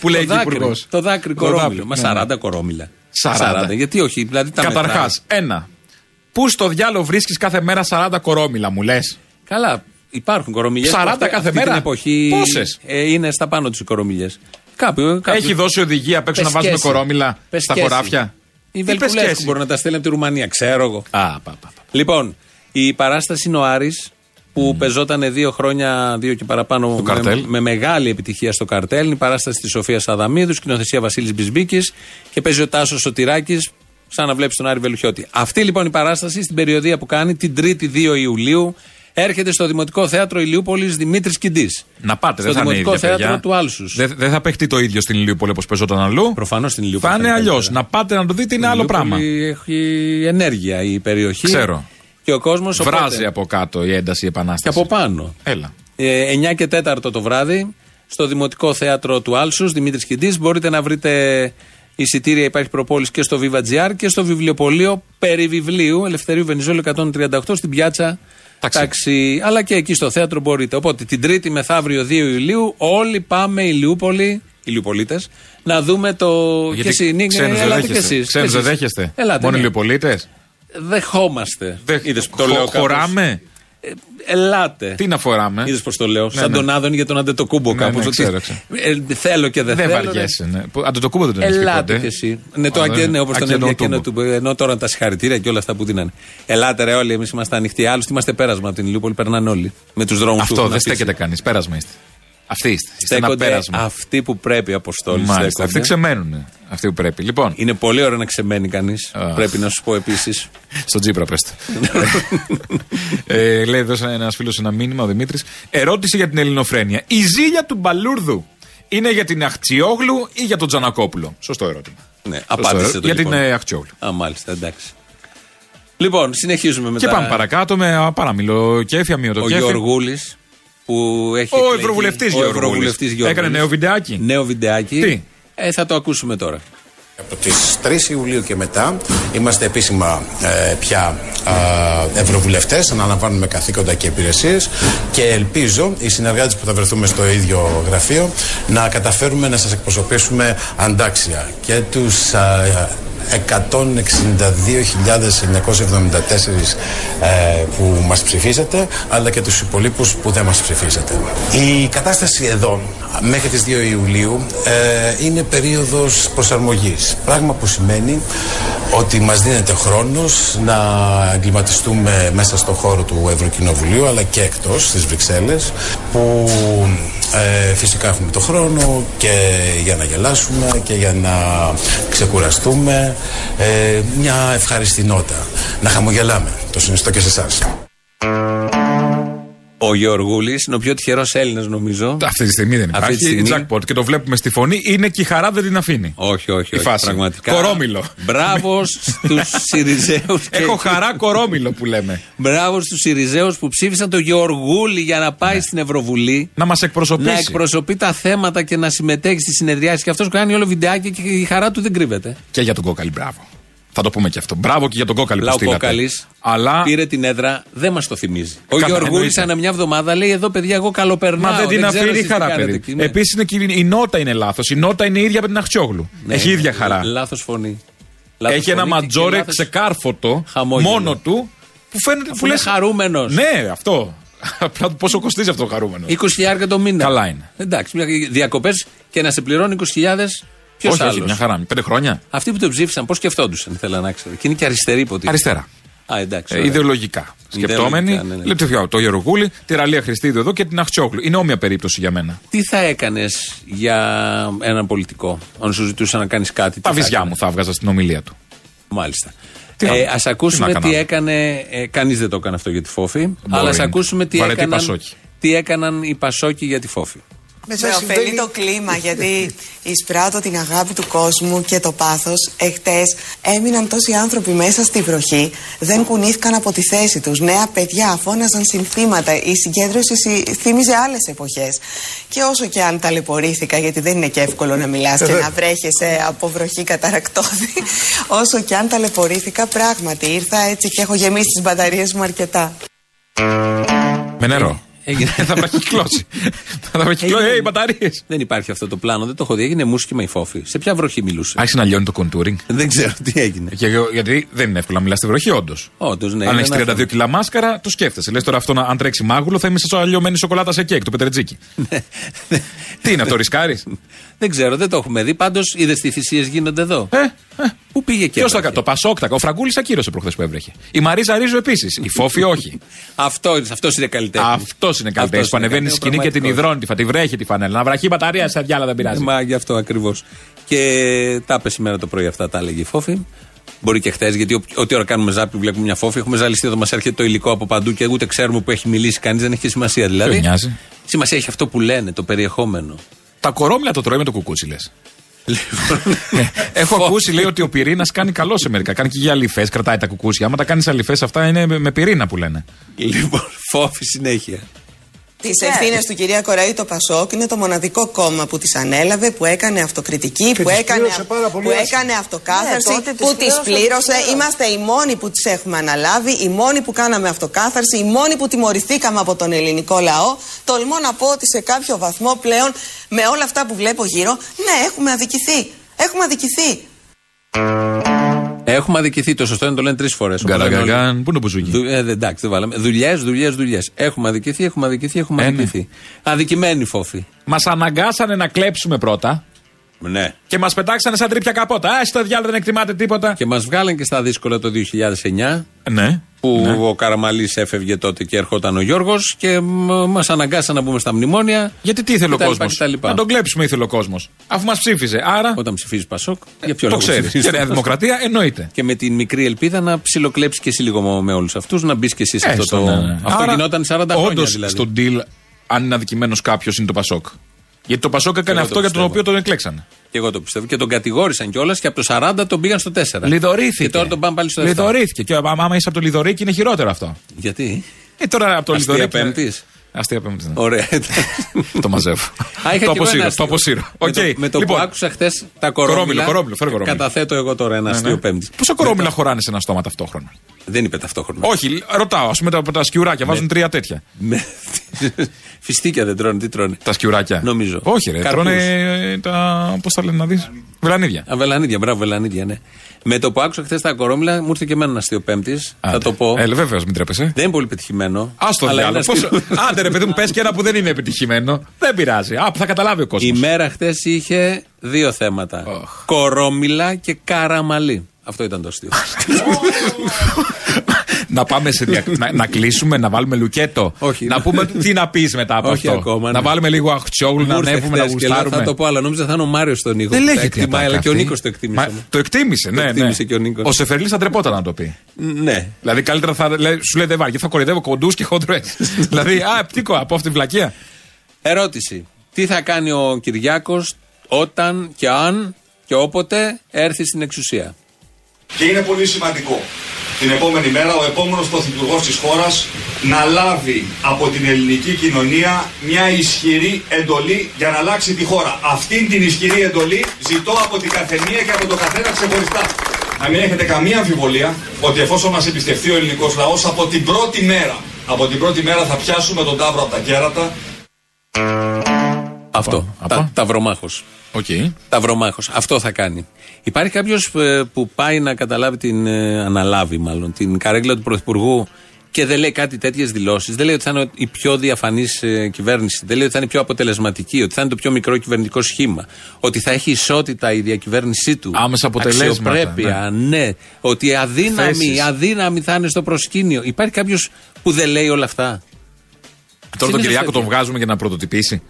Speaker 5: Που λέει
Speaker 4: το
Speaker 5: εκεί
Speaker 4: δάκρυ,
Speaker 5: υπουργός.
Speaker 4: το δάκρυ κορόμιλο.
Speaker 5: ναι,
Speaker 4: Μα 40 κορόμιλα.
Speaker 5: 40.
Speaker 4: Γιατί όχι, δηλαδή τα
Speaker 5: Καταρχάς,
Speaker 4: μετράω.
Speaker 5: ένα. Πού στο διάλογο βρίσκεις κάθε μέρα 40 κορόμιλα, μου λες.
Speaker 4: Καλά, υπάρχουν κορομιλιές.
Speaker 5: 40 κάθε μέρα.
Speaker 4: Την εποχή
Speaker 5: Πόσες?
Speaker 4: ε, είναι στα πάνω τους οι κορομιλιές. Κάπου, κάπου.
Speaker 5: Έχει δώσει οδηγία απ' έξω να βάζουμε
Speaker 4: Πεσκέση.
Speaker 5: κορόμιλα στα
Speaker 4: Πεσκέση.
Speaker 5: χωράφια.
Speaker 4: Η
Speaker 5: Τι
Speaker 4: Βελκουλέσκου
Speaker 5: πεσκέση?
Speaker 4: μπορεί να τα στέλνει από τη Ρουμανία, ξέρω εγώ.
Speaker 5: Α, πα, πα, πα.
Speaker 4: Λοιπόν, η παράσταση είναι ο Άρης που πεζόταν δύο χρόνια, δύο και παραπάνω με,
Speaker 5: καρτέλ.
Speaker 4: με μεγάλη επιτυχία στο καρτέλ. Είναι η παράσταση της Σοφίας Αδαμίδου, σκηνοθεσία Βασίλης Μπισμπίκης και παίζει ο Τάσος Σωτηράκης, σαν να βλέπεις τον Άρη Βελουχιώτη. Αυτή λοιπόν η παράσταση στην περιοδία που κάνει την 3η 2 Ιουλίου έρχεται στο Δημοτικό Θέατρο Ηλιούπολης Δημήτρης Κιντής.
Speaker 5: Να πάτε,
Speaker 4: Στο
Speaker 5: δεν θα είναι
Speaker 4: Δημοτικό
Speaker 5: ίδια,
Speaker 4: Θέατρο
Speaker 5: παιδιά.
Speaker 4: του Άλσους.
Speaker 5: Δεν δεν θα παίχτεί το ίδιο στην Ηλιούπολη όπως παίζονταν αλλού.
Speaker 4: Προφανώς στην Ηλιούπολη.
Speaker 5: Θα είναι αλλιώ.
Speaker 4: ναι.
Speaker 5: Να πάτε να το δείτε είναι άλλο πράγμα.
Speaker 4: Έχει ενέργεια η περιοχή.
Speaker 5: Ξέρω.
Speaker 4: Και ο κόσμος.
Speaker 5: Βράζει από κάτω η ένταση η
Speaker 4: Και
Speaker 5: επανάσταση.
Speaker 4: από πάνω.
Speaker 5: Έλα.
Speaker 4: Ε, 9 και 4 το βράδυ στο Δημοτικό Θέατρο του Άλσους, Δημήτρης Κιντής. Μπορείτε να βρείτε εισιτήρια, υπάρχει προπόληση και στο Viva.gr και στο βιβλιοπωλείο Περιβιβλίου Ελευθερίου Βενιζόλου 138 στην πιάτσα
Speaker 5: Ταξί.
Speaker 4: Ταξί. Αλλά και εκεί στο θέατρο μπορείτε. Οπότε την Τρίτη μεθαύριο 2 Ιουλίου όλοι πάμε Ηλιούπολη, Ηλιουπολίτε, να δούμε το. και εσύ, Νίκ,
Speaker 5: Ε, ξένους δεν
Speaker 4: ελάτε και
Speaker 5: δέχεστε.
Speaker 4: εσείς.
Speaker 5: Ξένους δεν δέχεστε.
Speaker 4: Ελάτε.
Speaker 5: Μόνο
Speaker 4: ναι.
Speaker 5: Ηλιοπολίτε.
Speaker 4: Δεχόμαστε. Είδες που το
Speaker 5: χω-
Speaker 4: λέω κάπως.
Speaker 5: χωράμε.
Speaker 4: Ε, ελάτε.
Speaker 5: Τι να φοράμε.
Speaker 4: Είδες πώ το λέω.
Speaker 5: Ναι,
Speaker 4: σαν
Speaker 5: ναι.
Speaker 4: τον Άδων για τον Αντετοκούμπο
Speaker 5: Ναι,
Speaker 4: κάπω.
Speaker 5: ναι, ξέρω, ξέρω.
Speaker 4: θέλω και δεν,
Speaker 5: Δεν
Speaker 4: θέλω.
Speaker 5: βαριέσαι. ναι. Που- Αν το κούμπο δεν
Speaker 4: ναι.
Speaker 5: τον έχεις πει
Speaker 4: Ελάτε
Speaker 5: ποτέ.
Speaker 4: κι εσύ. Ναι, το
Speaker 5: Α,
Speaker 4: Αγγέ-
Speaker 5: δεν-
Speaker 4: ναι, όπως τον
Speaker 5: Αγγένο
Speaker 4: έλεγε εκείνο
Speaker 5: τούμπο.
Speaker 4: του. Ενώ τώρα τα συγχαρητήρια και όλα αυτά που δίνανε. Ελάτε ρε όλοι, εμείς είμαστε ανοιχτοί. Άλλωστε είμαστε πέρασμα από την Ηλιούπολη, περνάνε όλοι. Με τους δρόμους
Speaker 5: Αυτό δεν στέκεται κανείς. Πέρασμα είστε. Αυτοί είστε. Είστε ένα
Speaker 4: Στέκονται
Speaker 5: πέρασμα.
Speaker 4: αυτοί που πρέπει, Αποστόλη.
Speaker 5: Μάλιστα.
Speaker 4: στέκονται.
Speaker 5: Αυτοί ξεμένουν. Αυτοί που πρέπει. Λοιπόν,
Speaker 4: Είναι πολύ ωραίο να ξεμένει κανείς. Πρέπει να σου πω
Speaker 5: *laughs*
Speaker 4: επίσης.
Speaker 5: στον Τζίπρα πες το. ε, λέει εδώ ένας φίλος ένα μήνυμα, ο Δημήτρης. Ερώτηση για την ελληνοφρένεια. Η ζήλια του Μπαλούρδου είναι για την Αχτσιόγλου ή για τον Τζανακόπουλο. Σωστό ερώτημα.
Speaker 4: Ναι,
Speaker 5: Σωστό
Speaker 4: απάντησε το
Speaker 5: ερώτημα. Για την
Speaker 4: λοιπόν.
Speaker 5: ε, Αχτσιόγλου.
Speaker 4: Α, μάλιστα, εντάξει. Λοιπόν, συνεχίζουμε μετά.
Speaker 5: Και πάμε παρακάτω με α, παραμιλό κέφι, αμύωτο
Speaker 4: Ο
Speaker 5: κέφι.
Speaker 4: Γεωργούλη που έχει.
Speaker 5: Ο
Speaker 4: εκλεγεί-
Speaker 5: Ευρωβουλευτής
Speaker 4: ο
Speaker 5: Γεωργούλης.
Speaker 4: Ευρωβουλευτής Γεωργούλης.
Speaker 5: Έκανε νέο βιντεάκι.
Speaker 4: Νέο βιντεάκι.
Speaker 5: Τι?
Speaker 4: Ε, θα το ακούσουμε τώρα.
Speaker 6: Από τις 3 Ιουλίου και μετά είμαστε επίσημα ε, πια ε, ευρωβουλευτές, αναλαμβάνουμε καθήκοντα και υπηρεσίες και ελπίζω οι συνεργάτες που θα βρεθούμε στο ίδιο γραφείο να καταφέρουμε να σας εκπροσωπήσουμε αντάξια και τους ε, 162.974 ε, που μας ψηφίσατε αλλά και τους υπολείπους που δεν μας ψηφίσατε. Η κατάσταση εδώ μέχρι τις 2 Ιουλίου ε, είναι περίοδος προσαρμογής. Πράγμα που σημαίνει ότι μας δίνεται χρόνος να εγκληματιστούμε μέσα στο χώρο του Ευρωκοινοβουλίου αλλά και εκτός στις Βρυξέλλες που ε, φυσικά έχουμε το χρόνο και για να γελάσουμε και για να ξεκουραστούμε ε, μια ευχάριστη νότα. Να χαμογελάμε. Το συνιστώ και σε εσάς.
Speaker 4: Ο Γεωργούλης είναι ο πιο τυχερός Έλληνας, νομίζω.
Speaker 5: Αυτή τη στιγμή δεν
Speaker 4: Αυτή τη
Speaker 5: υπάρχει.
Speaker 4: στιγμή.
Speaker 5: Jackpot και το βλέπουμε στη φωνή. Είναι και η χαρά δεν την αφήνει.
Speaker 4: Όχι, όχι,
Speaker 5: Η
Speaker 4: όχι.
Speaker 5: φάση.
Speaker 4: Πραγματικά.
Speaker 5: Κορόμιλο.
Speaker 4: Μπράβος
Speaker 5: *laughs*
Speaker 4: στους Σιριζέους.
Speaker 5: Έχω χαρά κορόμιλο που λέμε.
Speaker 4: Μπράβος στους Σιριζέους που ψήφισαν τον Γεωργούλη για να πάει στην Ευρωβουλή.
Speaker 5: Ναι. Να μας εκπροσωπήσει.
Speaker 4: Να εκπροσωπεί τα θέματα και να συμμετέχει στη συνεδριάση. Και αυτός κάνει όλο βιντεάκι και η χαρά του δεν κρύβεται.
Speaker 5: Και για τον κόκαλη, μπράβο. Θα το πούμε και αυτό. Μπράβο και για τον κόκαλη
Speaker 4: Απλά
Speaker 5: που
Speaker 4: ο
Speaker 5: στείλατε.
Speaker 4: Κόκαλης
Speaker 5: Αλλά
Speaker 4: πήρε την έδρα, δεν μας το θυμίζει. Ο
Speaker 5: Καλά,
Speaker 4: Γεωργούλη
Speaker 5: εννοείται.
Speaker 4: ανά μια εβδομάδα λέει: Εδώ παιδιά, εγώ καλοπερνάω.
Speaker 5: Μα δεν την
Speaker 4: ξέρω
Speaker 5: αφήνει η
Speaker 4: εσείς τι
Speaker 5: χαρά,
Speaker 4: κάνετε
Speaker 5: παιδί.
Speaker 4: εκεί. Ναι.
Speaker 5: Επίση η νότα είναι λάθος. Η νότα είναι ίδια με την Αχτσόγλου.
Speaker 4: Ναι,
Speaker 5: Έχει ίδια χαρά.
Speaker 4: Λάθος φωνή. Λάθος
Speaker 5: Έχει ένα
Speaker 4: φωνή και- και
Speaker 5: ματζόρε
Speaker 4: λάθος-
Speaker 5: ξεκάρφωτο
Speaker 4: Χαμόγελο.
Speaker 5: μόνο του που φαίνεται.
Speaker 4: Αφού
Speaker 5: Που
Speaker 4: είναι
Speaker 5: λες,
Speaker 4: χαρούμενος.
Speaker 5: Ναι, αυτό. *laughs* Απλά πόσο κοστίζει αυτό το χαρούμενο.
Speaker 4: 20.000 το μήνα.
Speaker 5: Καλά είναι.
Speaker 4: Εντάξει, διακοπές και να σε πληρώνει 20.000. Ποιος
Speaker 5: όχι, όχι,
Speaker 4: άλλος.
Speaker 5: μια χαρά. Πέντε χρόνια.
Speaker 4: Αυτοί που το ψήφισαν, πώς σκεφτόντουσαν, θέλω να ξέρω. Και είναι και αριστεροί υποτίθεται.
Speaker 5: Αριστερά.
Speaker 4: Α, εντάξει.
Speaker 5: Ε,
Speaker 4: ωραία.
Speaker 5: ιδεολογικά. Σκεπτόμενοι.
Speaker 4: Ιδεολογικά, ναι, ναι.
Speaker 5: λέτε, φυσικά, Το Γερογούλη, τη Ραλία Χριστίδου εδώ και την Αχτσόγλου. Είναι όμοια περίπτωση για μένα.
Speaker 4: Τι θα έκανες για έναν πολιτικό, αν σου ζητούσαν να κάνεις κάτι. τι
Speaker 5: Τα
Speaker 4: θα
Speaker 5: βυζιά
Speaker 4: έκανες?
Speaker 5: μου θα βγάζα στην ομιλία του.
Speaker 4: Μάλιστα.
Speaker 5: Τι να-
Speaker 4: ε, ας
Speaker 5: τι
Speaker 4: ακούσουμε
Speaker 5: να
Speaker 4: τι,
Speaker 5: κάναμε.
Speaker 4: έκανε. Ε, Κανείς δεν το έκανε αυτό για τη Φόφη. Αλλά ας
Speaker 5: είναι.
Speaker 4: ακούσουμε τι
Speaker 5: Βαρετή
Speaker 4: έκαναν,
Speaker 5: Πασόκη.
Speaker 4: τι έκαναν οι Πασόκοι για τη Φόφη.
Speaker 7: Με ωφελεί το κλίμα γιατί εισπράττω την αγάπη του κόσμου και το πάθος. Εχθές έμειναν τόσοι άνθρωποι μέσα στη βροχή, δεν κουνήθηκαν από τη θέση τους. Νέα παιδιά φώναζαν συνθήματα, η συγκέντρωση συ- θύμιζε άλλες εποχές. Και όσο και αν ταλαιπωρήθηκα, γιατί δεν είναι και εύκολο να μιλάς και
Speaker 12: Βέβαια.
Speaker 7: να βρέχεσαι από βροχή καταρακτώδη, όσο και αν ταλαιπωρήθηκα, πράγματι ήρθα έτσι και έχω γεμίσει τις μπαταρίες μου αρκετά.
Speaker 5: Με νερό.
Speaker 4: Ε,
Speaker 5: *laughs* θα με
Speaker 4: *laughs*
Speaker 5: έχει κυκλώσει. θα με έχει κυκλώσει. Ε, οι μπαταρίες.
Speaker 4: Δεν υπάρχει αυτό το πλάνο, δεν το έχω δει. Έγινε μουσική η Φόφη. Σε ποια βροχή μιλούσε.
Speaker 5: Άρχισε να λιώνει το κοντούρινγκ.
Speaker 4: Δεν ξέρω τι έγινε.
Speaker 5: Και- γιατί δεν είναι εύκολο να μιλάς στη βροχή, όντως.
Speaker 4: Όντως, ναι,
Speaker 5: αν
Speaker 4: είναι
Speaker 5: έχεις
Speaker 4: ένα
Speaker 5: 32
Speaker 4: θέμα.
Speaker 5: κιλά μάσκαρα, το σκέφτεσαι. Λες τώρα αυτό, να- αν τρέξει μάγουλο, θα είμαι σαν αλλιωμένη σοκολάτα σε κέικ, το πετρετζίκι.
Speaker 4: Ναι,
Speaker 5: Τι είναι αυτό, ρισκάρεις. *laughs*
Speaker 4: Δεν ξέρω, δεν το έχουμε δει. Πάντως είδες τι θυσίες γίνονται εδώ.
Speaker 5: Ε,
Speaker 4: Πού πήγε και.
Speaker 5: Ποιος θα κάνει, το Πασόκτακα. Ο Φραγκούλης ακύρωσε προχθές που έβρεχε. Η Μαρίζα Ρίζο επίσης. Η Φόφη
Speaker 4: *laughs*
Speaker 5: όχι.
Speaker 4: Αυτό αυτός είναι καλλιτέχνη.
Speaker 5: Αυτό είναι καλλιτέχνη που ανεβαίνει στη σκηνή και την υδρώνει. Θα τη βρέχει τη φανέλα. Να βραχεί μπαταρία σε διάλα δεν πειράζει.
Speaker 4: Μα γι' αυτό ακριβώς. Και τα είπε σήμερα το πρωί αυτά, τα έλεγε η Φόφη. Μπορεί και χθες, γιατί ό, ό,τι ώρα κάνουμε ζάπη, βλέπουμε μια φόφη. Έχουμε ζαλιστεί εδώ, μας έρχεται το υλικό από παντού και ούτε ξέρουμε που έχει μιλήσει κανείς, δεν έχει σημασία δηλαδή.
Speaker 5: νοιάζει.
Speaker 4: Σημασία έχει αυτό που λένε, το περιεχόμενο.
Speaker 5: Τα κορόμιλα το τρώει με το κουκούτσι, λες.
Speaker 4: Λοιπόν,
Speaker 5: Έχω ακούσει, λέει, ότι ο πυρήνας κάνει καλό σε μερικά. Κάνει και για αληφέ, κρατάει τα κουκούσια. Άμα τα κάνεις αληφέ, αυτά είναι με- με πυρήνα που λένε.
Speaker 4: Λοιπόν, φόφη συνέχεια.
Speaker 7: Τις ευθύνες του κυρία Κοραή το Πασόκ είναι το μοναδικό κόμμα που τις ανέλαβε, που έκανε αυτοκριτική, που,
Speaker 9: τις
Speaker 7: έκανε,
Speaker 9: πλήρωσε πάρα πολύ
Speaker 7: που
Speaker 9: άσχημα.
Speaker 7: έκανε αυτοκάθαρση,
Speaker 9: Ναι, τότε τις
Speaker 7: που τις
Speaker 9: πλήρωσε,
Speaker 7: πλήρωσε.
Speaker 9: τις πλήρωσε.
Speaker 7: Είμαστε οι μόνοι που τις έχουμε αναλάβει, οι μόνοι που κάναμε αυτοκάθαρση, οι μόνοι που τιμωρηθήκαμε από τον ελληνικό λαό. Τολμώ να πω ότι σε κάποιο βαθμό πλέον με όλα αυτά που βλέπω γύρω, ναι, έχουμε αδικηθεί. Έχουμε αδικηθεί.
Speaker 4: Έχουμε αδικηθεί. Το σωστό είναι να το λένε τρεις φορές.
Speaker 5: Γκαραγκαγκάν, πού είναι που ζουγεί.
Speaker 4: ε, Εντάξει, δεν βάλαμε. Δουλειές, δουλειές, δουλειές. Έχουμε αδικηθεί, έχουμε αδικηθεί, έχουμε αδικηθεί. Αδικημένη φόφη.
Speaker 5: Μας αναγκάσανε να κλέψουμε πρώτα.
Speaker 4: Ναι.
Speaker 5: Και μας πετάξανε σαν τρίπια καπότα. Α, στο διάλογο δεν εκτιμάτε τίποτα.
Speaker 4: Και μας βγάλαν και στα δύσκολα το 2009.
Speaker 5: Ναι.
Speaker 4: Που ο Καραμαλής έφευγε τότε και ερχόταν ο Γιώργος και μας αναγκάσαν να μπούμε στα μνημόνια.
Speaker 5: Γιατί τι ήθελε ο κόσμο. Να τον κλέψουμε ήθελε ο κόσμος. Αφού μας ψήφιζε. Άρα.
Speaker 4: Όταν ψηφίζει Πασόκ, για
Speaker 5: Ε, το
Speaker 4: ποιο λόγο
Speaker 5: ξέρεις.
Speaker 4: ψηφίζεις.
Speaker 5: Και Νέα Δημοκρατία, εννοείται.
Speaker 4: Και με την μικρή ελπίδα να ψιλοκλέψεις και εσύ λίγο με όλους αυτούς, να μπεις και εσύ σε αυτό
Speaker 5: Έστω,
Speaker 4: το.
Speaker 5: ναι, ναι.
Speaker 4: Αυτό
Speaker 5: Άρα,
Speaker 4: γινόταν 40 χρόνια
Speaker 5: όντως,
Speaker 4: δηλαδή.
Speaker 5: στον deal, αν είναι αδικημένος κάποιος, είναι το Πασόκ. Γιατί το Πασόκ έκανε
Speaker 4: εγώ
Speaker 5: αυτό
Speaker 4: το
Speaker 5: για τον
Speaker 4: πιστεύω.
Speaker 5: οποίο τον εκλέξανε.
Speaker 4: Και εγώ το πιστεύω. Και τον κατηγόρησαν κιόλας και από το 40 τον πήγαν στο 4.
Speaker 5: Λιδωρήθηκε.
Speaker 4: Ναι. Και τώρα τον πάνε πάλι στο 7.
Speaker 5: Λιδωρήθηκε. Και άμα άμα είσαι από το Λιδωρίκι είναι χειρότερο αυτό.
Speaker 4: Γιατί.
Speaker 5: Ε, τώρα από το
Speaker 4: Αστεία
Speaker 5: Λιδωρίκι.
Speaker 4: Πέμπτης.
Speaker 5: Αστεία πέμπτης. ναι. *laughs*
Speaker 4: Ωραία.
Speaker 5: το μαζεύω.
Speaker 4: Α, είχα
Speaker 5: το
Speaker 4: κι εγώ ένα
Speaker 5: αποσύρω. Το
Speaker 4: αστείο.
Speaker 5: αποσύρω.
Speaker 4: Με το,
Speaker 5: Οκ.
Speaker 4: με το
Speaker 5: Λοιπόν,
Speaker 4: που άκουσα χθες τα κορόμιλα.
Speaker 5: Κορόμιλο, κορόμιλο, φέρε κορόμιλο.
Speaker 4: Καταθέτω εγώ τώρα ένα
Speaker 5: ναι, ναι.
Speaker 4: αστείο πέμπτης.
Speaker 5: Πόσα κορόμιλα χωράνε σε ένα στόμα ταυτόχρονα.
Speaker 4: Δεν είπε ταυτόχρονα.
Speaker 5: Όχι, ρωτάω. Ας πούμε τα, τα σκιουράκια
Speaker 4: Ναι.
Speaker 5: βάζουν τρία τέτοια.
Speaker 4: Με- Φιστίκια δεν τρώνε, τι τρώνε.
Speaker 5: Τα σκιουράκια.
Speaker 4: Νομίζω.
Speaker 5: Όχι, ρε.
Speaker 4: Καρπούς.
Speaker 5: Τρώνε ε, τα. Πώς τα λένε να δεις. Βελανίδια.
Speaker 4: Α, βελανίδια, μπράβο, βελανίδια, ναι. Με το που άκουσα χθες τα κορόμιλα, μου ήρθε και εμένα ένα αστείο πέμπτης. Θα το πω.
Speaker 5: Ε, βεβαίως, μην τρέπεσαι.
Speaker 4: Δεν είναι πολύ πετυχημένο.
Speaker 5: Ας το
Speaker 4: αλλά είναι
Speaker 5: διάλογο.
Speaker 4: αστείο.
Speaker 5: *laughs* Πόσο... Άντε ρε παιδί μου, πες και ένα που δεν είναι επιτυχημένο. Δεν πειράζει. Α, θα καταλάβει ο κόσμος.
Speaker 4: Η μέρα χθες είχε δύο θέματα. Oh. Κορόμιλα και καραμαλή. Αυτό ήταν το αστείο.
Speaker 5: να πάμε
Speaker 4: *laughs*
Speaker 5: σε δια... να, να κλείσουμε, να βάλουμε λουκέτο.
Speaker 4: Όχι. ναι.
Speaker 5: να πούμε τι να πεις μετά από
Speaker 4: Όχι
Speaker 5: αυτό.
Speaker 4: ακόμα,
Speaker 5: Να
Speaker 4: ναι.
Speaker 5: βάλουμε λίγο αχτσόγλου, να
Speaker 4: Μου ήρθε
Speaker 5: ανέβουμε,
Speaker 4: χθες
Speaker 5: να
Speaker 4: και λέω,
Speaker 5: γουστάρουμε.
Speaker 4: Θα το πω, αλλά νόμιζα θα είναι ο Μάριος στον ήχο.
Speaker 5: Δεν
Speaker 4: που τα
Speaker 5: λέγεται
Speaker 4: εκτιμάει,
Speaker 5: ατάκα
Speaker 4: αλλά και ο
Speaker 5: αυτή.
Speaker 4: Νίκος το εκτίμησε.
Speaker 5: Μα-
Speaker 4: όμως.
Speaker 5: Το εκτίμησε, ναι.
Speaker 4: Το
Speaker 5: ναι.
Speaker 4: εκτίμησε και ο Νίκος.
Speaker 5: Ο Σεφερλής θα τρεπόταν να το πει.
Speaker 4: Ναι.
Speaker 5: Δηλαδή καλύτερα θα λέει, σου λέει δεν βάρει, θα κορυδεύω κοντούς και χοντρέ.
Speaker 4: *laughs*
Speaker 5: δηλαδή, α, πτήκο από αυτή τη βλακεία.
Speaker 4: Ερώτηση. Τι θα κάνει ο Κυριάκος όταν και αν και όποτε έρθει στην εξουσία.
Speaker 12: Και είναι πολύ σημαντικό την επόμενη μέρα ο επόμενος πρωθυπουργός της χώρας να λάβει από την ελληνική κοινωνία μια ισχυρή εντολή για να αλλάξει τη χώρα. Αυτήν την ισχυρή εντολή ζητώ από την καθεμία και από το καθένα ξεχωριστά. Να μην έχετε καμία αμφιβολία ότι εφόσον μας εμπιστευτεί ο ελληνικός λαός από την πρώτη μέρα, από την πρώτη μέρα θα πιάσουμε τον τάβρο από τα κέρατα
Speaker 4: Αυτό. Τα, ταυρομάχος.
Speaker 5: Οκ.
Speaker 4: Ταυρομάχος. Αυτό θα κάνει. Υπάρχει κάποιος που πάει να καταλάβει την. ε, αναλάβει μάλλον την καρέκλα του Πρωθυπουργού και δεν λέει κάτι τέτοιες δηλώσεις. Δεν λέει ότι θα είναι η πιο διαφανής κυβέρνηση. Δεν λέει ότι θα είναι η πιο αποτελεσματική. Ότι θα είναι το πιο μικρό κυβερνητικό σχήμα. Ότι θα έχει ισότητα η διακυβέρνησή του.
Speaker 5: Άμεσα αποτελέσματα,
Speaker 4: Αξιοπρέπεια, ναι. Ότι η αδύναμη,
Speaker 5: Θέσεις.
Speaker 4: η αδύναμη θα είναι στο προσκήνιο. Υπάρχει κάποιος που δεν λέει όλα αυτά.
Speaker 5: Τώρα τον
Speaker 4: Συνήθως
Speaker 5: Κυριάκο
Speaker 4: τέτοιο.
Speaker 5: τον βγάζουμε για να πρωτοτυπήσει.